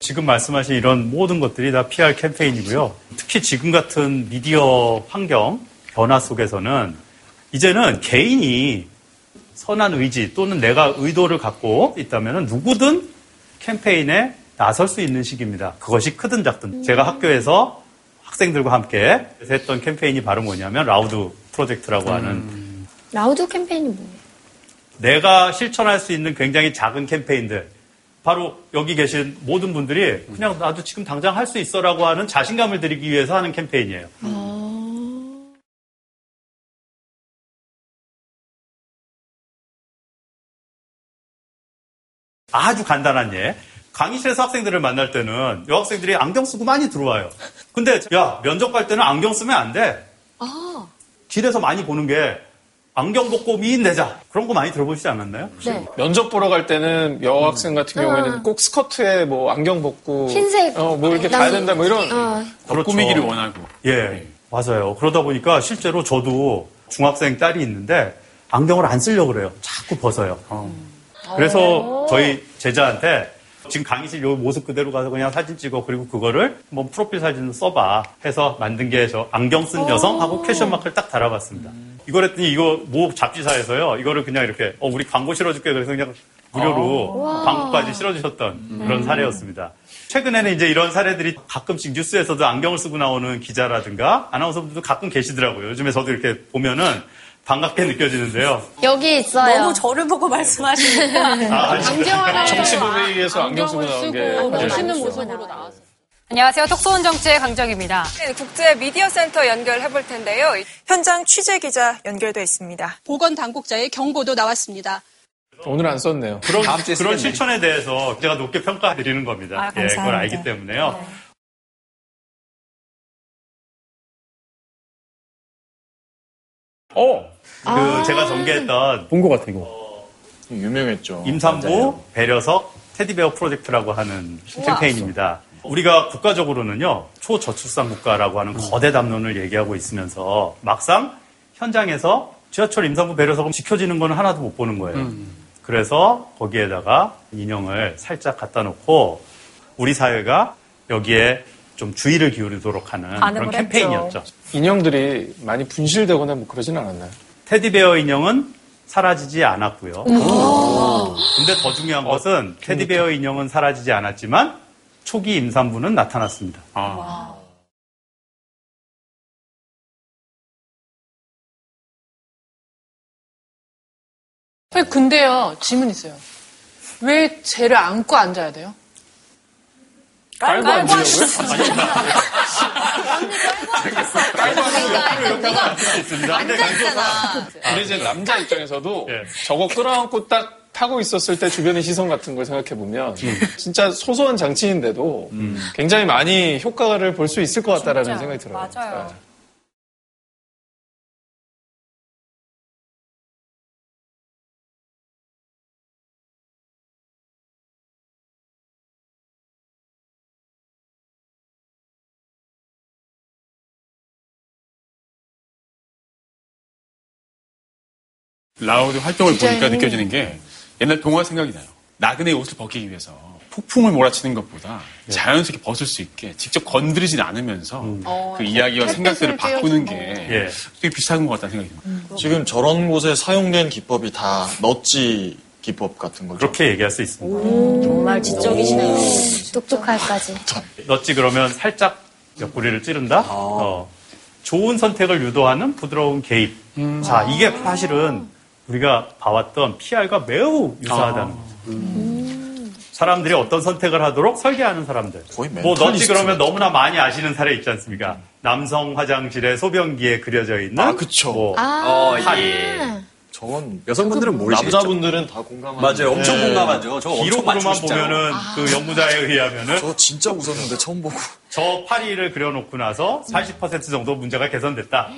지금 말씀하신 이런 모든 것들이 다 PR 캠페인이고요. 특히 지금 같은 미디어 환경 변화 속에서는 이제는 개인이 선한 의지 또는 내가 의도를 갖고 있다면 누구든 캠페인에 나설 수 있는 시기입니다. 그것이 크든 작든. 제가 학교에서 학생들과 함께 했던 캠페인이 바로 뭐냐면 라우드 프로젝트라고 하는 라우드 캠페인이 뭐예요? 내가 실천할 수 있는 굉장히 작은 캠페인들. 바로 여기 계신 모든 분들이 그냥 나도 지금 당장 할 수 있어라고 하는 자신감을 드리기 위해서 하는 캠페인이에요. 아주 간단한 예. 강의실에서 학생들을 만날 때는 여학생들이 안경 쓰고 많이 들어와요. 근데 야 면접 갈 때는 안경 쓰면 안 돼. 아, 길에서 많이 보는 게 안경 벗고 미인 내자 그런 거 많이 들어보시지 않았나요? 네. 면접 보러 갈 때는 여학생 같은 경우에는 아. 꼭 스커트에 뭐 안경 벗고 흰색. 어, 뭐 이렇게 가야 된다 뭐 이런 어. 그렇죠. 꾸미기를 원하고. 예, 맞아요. 그러다 보니까 실제로 저도 중학생 딸이 있는데 안경을 안 쓰려고 그래요. 자꾸 벗어요. 아. 그래서 저희 제자한테 지금 강의실 요 모습 그대로 가서 그냥 사진 찍어 그리고 그거를 뭐 프로필 사진으로 써봐 해서 만든 게 저 안경 쓴 여성하고 퀘션 마크를 딱 달아봤습니다. 이걸 했더니 이거 모 잡지사에서요. 이거를 그냥 이렇게 어, 우리 광고 실어줄게 그래서 그냥 무료로 광고까지 실어주셨던 그런 사례였습니다. 최근에는 이제 이런 사례들이 가끔씩 뉴스에서도 안경을 쓰고 나오는 기자라든가 아나운서분들도 가끔 계시더라고요. 요즘에 저도 이렇게 보면은 반갑게 느껴지는데요. 여기 있어요. 너무 저를 보고 말씀하시니까. 아, 안경을 정치부회의에서 안경 쓰고 나온 게 네. 쓰고 가장 멋있는 좋죠. 모습으로 나왔어요. 안녕하세요. 톡소원 정치의 강정입니다. 네, 국제 미디어 센터 연결해 볼 텐데요. 현장 취재 기자 연결돼 있습니다. 보건 당국자의 경고도 나왔습니다. 오늘 안 썼네요. 그런, 그런 실천에 대해서 제가 높게 평가드리는 겁니다. 아, 예, 그걸 감사합니다. 알기 때문에요. 어! 그 제가 전개했던 본 것 같아 이거. 유명했죠. 임산부 배려석 테디베어 프로젝트라고 하는 우와. 캠페인입니다. 우리가 국가적으로는요 초저출산 국가라고 하는 거대 담론을 얘기하고 있으면서 막상 현장에서 지하철 임산부 배려석을 지켜지는 건 하나도 못 보는 거예요. 음. 그래서 거기에다가 인형을 살짝 갖다 놓고 우리 사회가 여기에 좀 주의를 기울이도록 하는 그런 캠페인이었죠. 인형들이 많이 분실되거나 뭐 그러진 않았나요? 테디베어 인형은 사라지지 않았고요. 근데 더 중요한 것은 테디베어 인형은 사라지지 않았지만 초기 임산부는 나타났습니다. 아니, 근데요, 질문 있어요. 왜 쟤를 안고 앉아야 돼요? 깔고 깔고 앉으려고요? 아, 근데 이제 남자 입장에서도 저거 끌어안고 딱 타고 있었을 때 주변의 시선 같은 걸 생각해 보면 진짜 소소한 장치인데도 굉장히 많이 효과를 볼 수 있을 것 같다라는 생각이 들어요. 네. 맞아요. 라우드 활동을 진짜 보니까 힘이- 느껴지는 게 옛날 동화 생각이 나요. 나그네의 옷을 벗기기 위해서 폭풍을 몰아치는 것보다 네. 자연스럽게 벗을 수 있게 직접 건드리진 않으면서 음. 어, 그 이야기와 햇빛을 생각들을 띄워주는 바꾸는 게 예. 되게 비슷한 것 같다는 생각이 듭니다. 음. 지금 저런 곳에 사용된 기법이 다 넛지 기법 같은 거죠. 그렇게 얘기할 수 있습니다. 정말 지적이시네요. 똑똑할까지. 넛지 그러면 살짝 옆구리를 찌른다? 어. 좋은 선택을 유도하는 부드러운 개입. 자, 이게 사실은 우리가 봐왔던 PR과 매우 유사하다는 거죠. 음. 음. 사람들이 어떤 선택을 하도록 설계하는 사람들. 뭐 넛지 멘탈리스트. 그러면 너무나 많이 아시는 사례 있지 음. 않습니까? 남성 화장실의 소변기에 그려져 있는 아, 그쵸. 아. 어, 예. 네. 저건 여성분들은 모르시겠죠? 남자분들은 다 네. 공감하죠. 맞아요. 엄청 공감하죠. 저거 엄청 네. 기록으로만 맞추고 싶잖아요. 보면은 그 연구자에 의하면은 저 진짜 웃었는데 처음 보고 저 파리를 그려놓고 나서 40% 정도 문제가 개선됐다.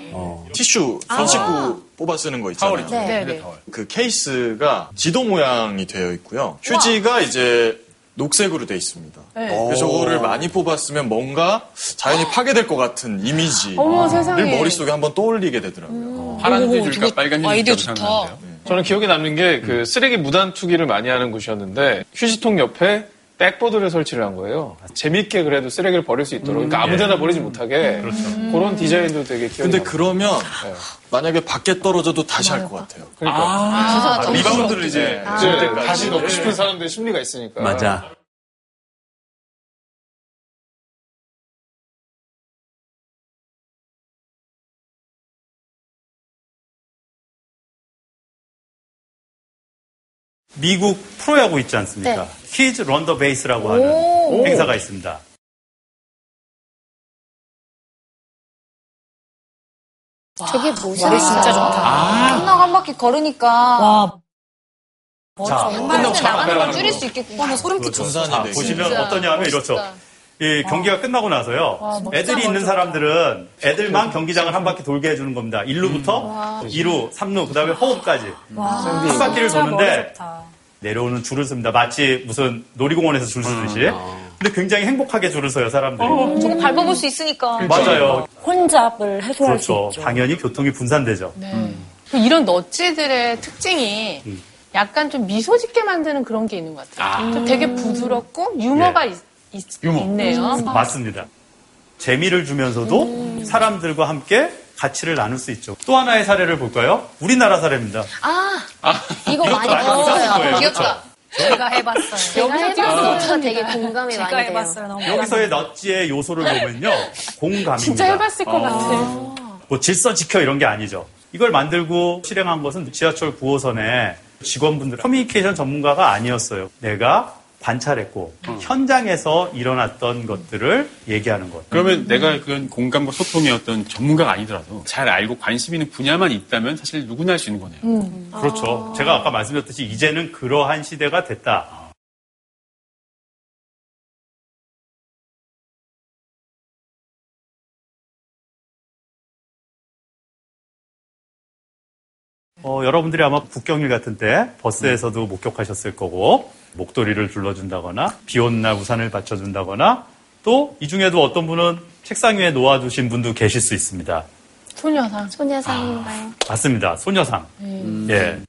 티슈 손 씻고 뽑아 쓰는 거 있잖아요. 타월이죠. 아. 네, 네. 타월. 그 케이스가 지도 모양이 되어 있고요. 휴지가 이제 녹색으로 돼 있습니다. 네. 그래서 저거를 많이 뽑았으면 뭔가 자연이 파괴될 것 같은 이미지를 어머, 세상에. 음. 머릿속에 한번 떠올리게 되더라고요. 어. 파란 줄 줄까 그러니까 빨간 줄 아이디어 줄까 좋다. 생각하는데요. 저는 기억에 남는 게 그 쓰레기 무단 투기를 많이 하는 곳이었는데 휴지통 옆에 백보드를 설치를 한 거예요. 재밌게 그래도 쓰레기를 버릴 수 있도록 그러니까 아무데나 버리지 못하게 그렇죠. 그런 디자인도 되게 기억에 네. 근데 그러면 만약에 밖에 떨어져도 다시 할 것 같아요. 그러니까. 아, 아, 리바운드를 이제 네, 줄 때까지. 다시 넣고 싶은 사람들의 심리가 있으니까. 맞아. 미국 프로야구 있지 않습니까? 네. 키즈 런더 베이스라고 오. 하는 행사가 있습니다. 저게 멋있다. 진짜 좋다. 아. 끝나고 한 바퀴 걸으니까. 자, 어, 정말 끝나고 차 나가는 걸 앞에 줄일 가는 수 있겠구나. 소름 그렇죠. 전산이 아, 되게. 보시면 진짜 어떠냐면 이렇죠. 이 경기가 끝나고 나서요. 와, 멋지다, 애들이 있는 멋지다. 사람들은 음. 애들만 경기장을 한 바퀴 돌게 해주는 겁니다. 1루부터 와. 2루, 3루, 그 다음에 호흡까지. 와, 한 바퀴를 진짜 도는데 내려오는 줄을 씁니다. 마치 무슨 놀이공원에서 음. 줄 서듯이. 아. 근데 굉장히 행복하게 줄을 서요, 사람들이. 저거 밟아볼 수 있으니까. 그 맞아요. 혼잡을 해소할 그렇죠. 수 있죠. 당연히 교통이 분산되죠. 그 이런 넛지들의 특징이 약간 좀 미소 짓게 만드는 그런 게 있는 것 같아요. 음. 아. 예. 좀 되게 부드럽고 유머가 음. 있, 있- 있네요. 맞습니다. 재미를 주면서도 사람들과 함께 가치를 나눌 수 있죠. 또 하나의 사례를 볼까요? 우리나라 사례입니다. 아, 아, 이거 많이 봤어요. 거예요. 귀엽다. 그렇죠? 제가 해봤어요. 제가 여기서 해봤어요. 뛰어서 되게 공감이 제가 많이 돼요. 해봤어요. 너무 아, 여기서의 넛지의 요소를 보면요. 공감입니다. 진짜 해봤을 것 어. 같아요. 뭐 질서 지켜 이런 게 아니죠. 이걸 만들고 실행한 것은 지하철 9호선의 직원분들 커뮤니케이션 전문가가 아니었어요. 내가 관찰했고 현장에서 일어났던 것들을 얘기하는 것. 그러면 내가 그런 공감과 소통이었던 전문가가 아니더라도 잘 알고 관심 있는 분야만 있다면 사실 누구나 할 수 있는 거네요. 음. 그렇죠. 제가 아까 말씀드렸듯이 이제는 그러한 시대가 됐다. 어, 여러분들이 아마 국경일 같은 때 버스에서도 목격하셨을 거고 목도리를 둘러준다거나 비오는 날 우산을 받쳐준다거나 또 이 중에도 어떤 분은 책상 위에 놓아주신 분도 계실 수 있습니다. 소녀상. 소녀상인가요? 아, 맞습니다. 소녀상. 네. 음. 예.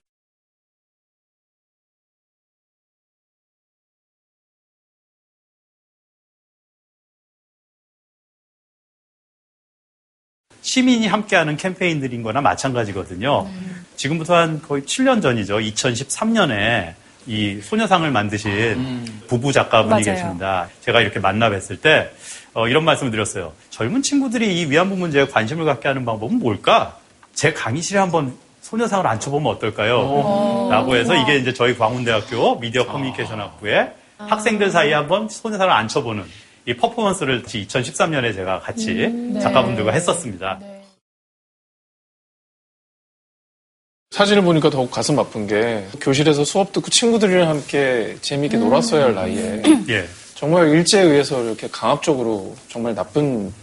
시민이 함께하는 캠페인들인 거나 마찬가지거든요. 지금부터 한 거의 7년 전이죠. 2013년에 이 소녀상을 만드신 부부 작가분이 맞아요. 계십니다. 제가 이렇게 만나 뵀을 때 어, 이런 말씀을 드렸어요. 젊은 친구들이 이 위안부 문제에 관심을 갖게 하는 방법은 뭘까? 제 강의실에 한번 소녀상을 앉혀보면 어떨까요? 오. 라고 해서 이게 이제 저희 광운대학교 미디어 커뮤니케이션 학부에 학생들 사이에 한번 소녀상을 앉혀보는 이 퍼포먼스를 2013년에 제가 같이 음, 네. 작가분들과 했었습니다. 네. 사진을 보니까 더욱 가슴 아픈 게 교실에서 수업 듣고 친구들이랑 함께 재미있게 음. 놀았어야 할 나이에 예. 정말 일제에 의해서 이렇게 강압적으로 정말 나쁜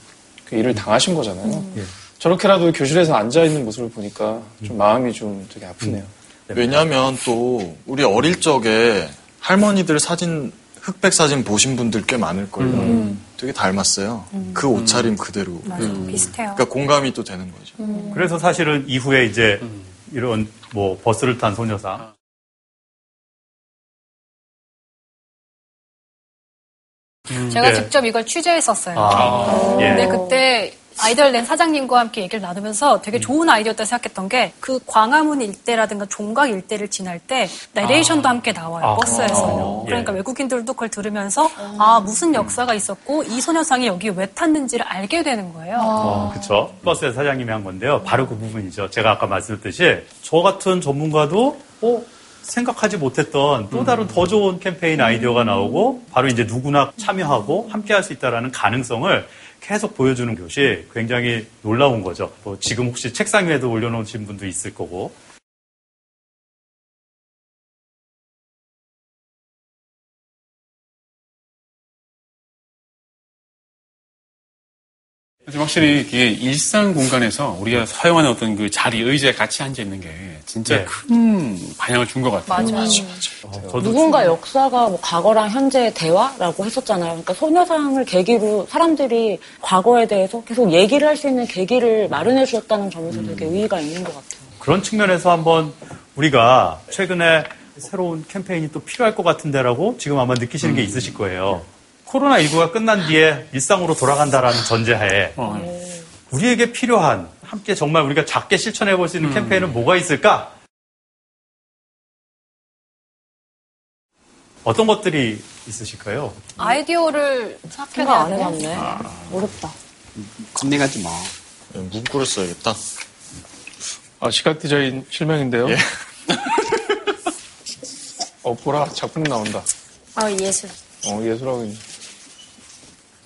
그 일을 당하신 거잖아요. 음. 예. 저렇게라도 교실에서 앉아있는 모습을 보니까 좀 마음이 좀 되게 아프네요. 왜냐하면 또 우리 어릴 적에 할머니들 사진 흑백 사진 보신 분들 꽤 많을 거예요. 음. 되게 닮았어요. 그 옷차림 그대로. 맞아요. 비슷해요. 그러니까 공감이 또 되는 거죠. 그래서 사실은 이후에 이제 음. 이런 뭐 버스를 탄 소녀상 제가 예. 네. 직접 이걸 취재했었어요. 아, 예. 근데 그때 아이디어를 낸 사장님과 함께 얘기를 나누면서 음. 되게 좋은 아이디어였다 생각했던 게 그 광화문 일대라든가 종각 일대를 지날 때 내레이션도 함께 나와요. 아, 버스에서. 그렇군요. 예. 그러니까 외국인들도 그걸 들으면서 어. 아, 무슨 역사가 있었고 이 소녀상이 여기 왜 탔는지를 알게 되는 거예요. 어, 아. 그쵸. 버스 사장님이 한 건데요. 바로 그 부분이죠. 제가 아까 말씀드렸듯이 저 같은 전문가도 어, 생각하지 못했던 또 다른 더 좋은 캠페인 아이디어가 나오고 바로 이제 누구나 참여하고 함께할 수 있다라는 가능성을 계속 보여주는 것이 굉장히 놀라운 거죠. 뭐 지금 혹시 책상 위에도 올려놓으신 분도 있을 거고 사실 확실히 이게 일상 공간에서 우리가 사용하는 어떤 그 자리, 의자에 같이 앉아 있는 게 진짜 네. 큰 반향을 준 것 같아요. 음. 맞아요. 맞아, 어, 저도 누군가 역사가 뭐 과거랑 현재의 대화라고 했었잖아요. 그러니까 소녀상을 계기로 사람들이 과거에 대해서 계속 얘기를 할 수 있는 계기를 마련해 주셨다는 점에서 되게 음. 의의가 있는 것 같아요. 그런 측면에서 한번 우리가 최근에 새로운 캠페인이 또 필요할 것 같은데라고 지금 아마 느끼시는 게 있으실 거예요. 코로나19가 끝난 뒤에 일상으로 돌아간다라는 전제하에 우리에게 필요한 함께 정말 우리가 작게 실천해 볼 수 있는 캠페인은 뭐가 있을까? 어떤 것들이 있으실까요? 아이디어를 생각 생각해야 안 해봤네. 아. 어렵다. 음. 겁내가지 마. 예, 문구를 써야겠다. 아, 시각 디자인 실명인데요. 예. 어, 보라, 작품 나온다. 아 예술. 어, 예술하고 있네.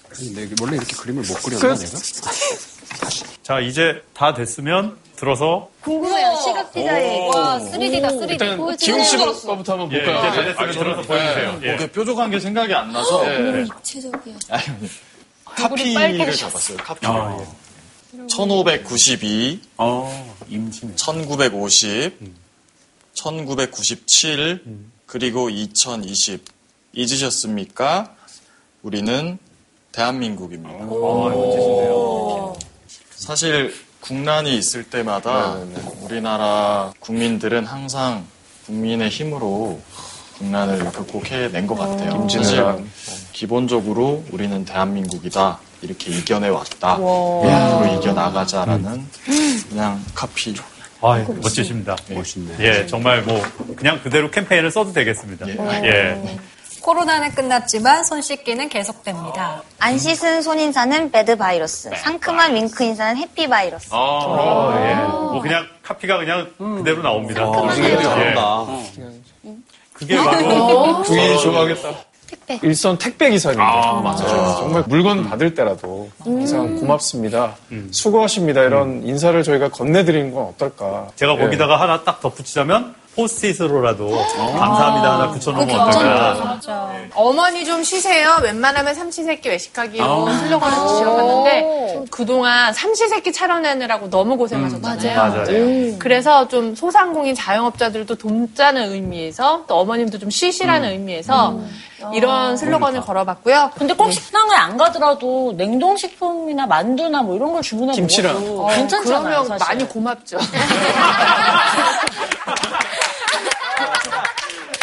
근데 원래 이렇게 그림을 못 그렸나, 내가? 자, 이제 다 됐으면 들어서 궁금해요. 시각 디자인. 와, 3D다, 3D. 지웅 씨 거부터 한번 예, 볼까요? 이제 다 됐으면 들어서 보여주세요. 아, 예. 목에 뾰족한 게 생각이 안 나서 네. 구체적이야. 카피를 잡았어요. 카피. 1592, 1950, 1997, 그리고 2020. 잊으셨습니까? 우리는 대한민국입니다. 사실 국난이 있을 때마다 우리나라 국민들은 항상 국민의 힘으로 국난을 극복해낸 것 같아요. 사실 임진왜란. 기본적으로 우리는 대한민국이다. 이렇게 이겨내왔다. 와. 음, 앞으로 이겨나가자라는 그냥 카피. 아, 멋지십니다. 멋있네. 예, 정말 뭐 그냥 그대로 캠페인을 써도 되겠습니다. 어. 예. 코로나는 끝났지만 손 씻기는 계속됩니다. 안 씻은 손 인사는 배드 바이러스. 네. 상큼한 윙크 인사는 해피 바이러스. 아, 예. 뭐 그냥 카피가 그냥 그대로 나옵니다. 예. 상큼하네요. 아, 그게 바로 부인이 좋아하겠다. 택배. 일선 택배 기사입니다. 네, 아, 맞아요. 정말 물건 받을 때라도 음. 항상 고맙습니다. 음. 수고하십니다. 이런 인사를 저희가 건네드리는 건 어떨까? 제가 예. 거기다가 하나 딱 덧붙이자면 포스트잇으로라도 감사합니다 하나 붙여놓으면 그거 어떨까. 네. 어머니 좀 쉬세요. 웬만하면 삼시세끼 외식하기로 뭐 아. 슬로건을 주셔봤는데 그동안 삼시세끼 차려내느라고 너무 고생하셨잖아요. 네. 맞아요. 맞아요. 음. 그래서 좀 소상공인 자영업자들도 돕자는 의미에서 또 어머님도 좀 음. 쉬시라는 의미에서 아. 이런 슬로건을 걸어봤고요. 근데 꼭 식당을 안 가더라도 냉동식품이나 만두나 뭐 이런 걸 주문해 김치랑. 먹어도 어, 괜찮잖아요. 그러면 사실. 많이 고맙죠.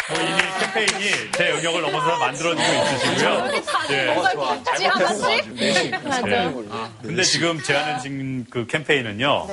뭐 이미 캠페인이 제 영역을 넘어서 만들어지고 있으시고요. 예. 예. 근데 지금 제안해 주신 그 캠페인은요.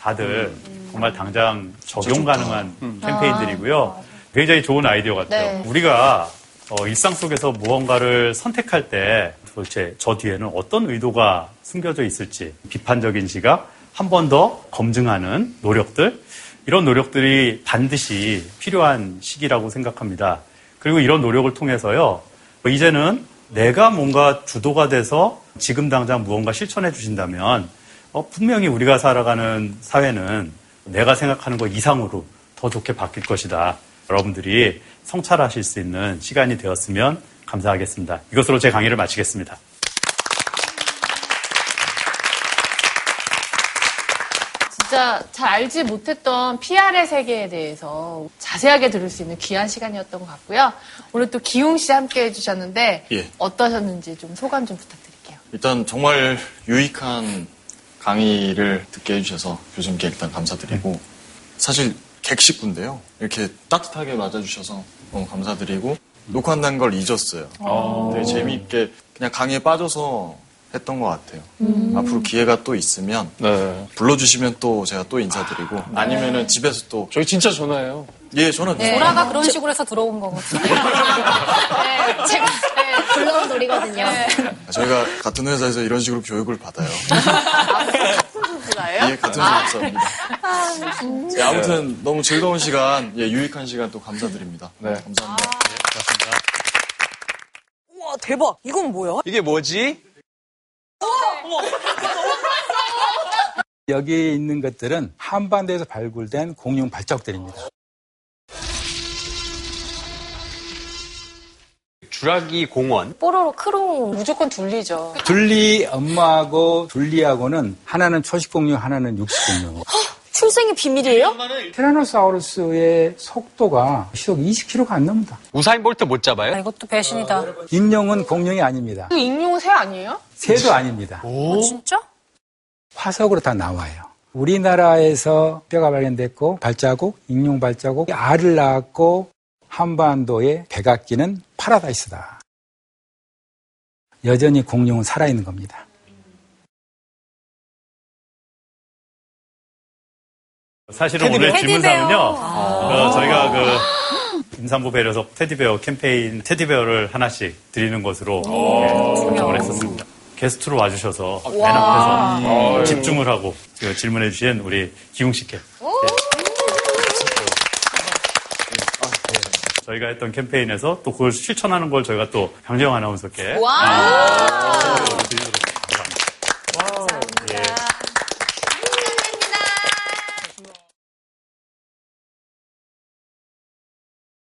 다들 정말 당장 적용 가능한 음. 음, 아. 캠페인들이고요. 굉장히 좋은 아이디어 같아요. 네. 우리가 어, 일상 속에서 무언가를 선택할 때 도대체 저 뒤에는 어떤 의도가 숨겨져 있을지 비판적인 시각 한 번 더 검증하는 노력들 이런 노력들이 반드시 필요한 시기라고 생각합니다. 그리고 이런 노력을 통해서요. 뭐 이제는 내가 뭔가 주도가 돼서 지금 당장 무언가 실천해 주신다면 어, 분명히 우리가 살아가는 사회는 내가 생각하는 것 이상으로 더 좋게 바뀔 것이다. 여러분들이 성찰하실 수 있는 시간이 되었으면 감사하겠습니다. 이것으로 제 강의를 마치겠습니다. 진짜 잘 알지 못했던 PR의 세계에 대해서 자세하게 들을 수 있는 귀한 시간이었던 것 같고요. 오늘 또 기웅 씨 함께 해주셨는데 예. 어떠셨는지 좀 소감 좀 부탁드립니다. 일단 정말 유익한 강의를 듣게 해주셔서 교수님께 일단 감사드리고 사실 객식군데요. 이렇게 따뜻하게 맞아주셔서 너무 감사드리고 녹화한다는 걸 잊었어요. 아. 되게 재미있게 그냥 강의에 빠져서 했던 것 같아요. 앞으로 기회가 또 있으면 불러주시면 또 제가 또 인사드리고 네. 아니면은 집에서 또 저희 진짜 전화해요. 예 전화 주세요. 보라가 네. 그런 식으로 해서 들어온 거거든요. 네, 제가 불러온 놀이거든요. 아, 저희가 같은 회사에서 이런 식으로 교육을 받아요. 누나예요? 예, 같은 회사입니다. 아, 예, 아무튼 너무 즐거운 시간, 예, 유익한 시간 또 감사드립니다. 네. 감사합니다. 우와 대박. 이건 뭐야? 이게 뭐지? 아, 어머. 여기에 있는 것들은 한반도에서 발굴된 공룡 발적들입니다. 주라기 공원. 뽀로로 크롱 무조건 둘리죠. 둘리 엄마하고 둘리하고는 하나는 초식 공룡, 하나는 육식 공룡. 출생의 비밀이에요? 티라노사우루스의 속도가 시속 20km가 안 넘는다. 우사인 볼트 못 잡아요? 이것도 배신이다. 인형은 공룡이 아닙니다. 그 익룡 새 아니에요? 새도 아닙니다. 어, 진짜? 화석으로 다 나와요. 우리나라에서 뼈가 발견됐고 발자국, 익룡 발자국, 알을 낳았고 한반도의 백악기는 파라다이스다. 여전히 공룡은 살아있는 겁니다. 사실은 테디베어. 오늘 질문사는요. 테디베어. 아. 어, 저희가 그 임산부 배려서 테디베어 캠페인 테디베어를 하나씩 드리는 것으로 예, 결정을 했었습니다. 게스트로 와주셔서 네. 맨 와. 앞에서 아, 아유. 집중을 하고 그 질문해주신 우리 기웅 씨께 네. 아, 네. 저희가 했던 캠페인에서 또 그걸 실천하는 걸 저희가 또 강재영 아나운서께 와. 드리도록 하겠습니다.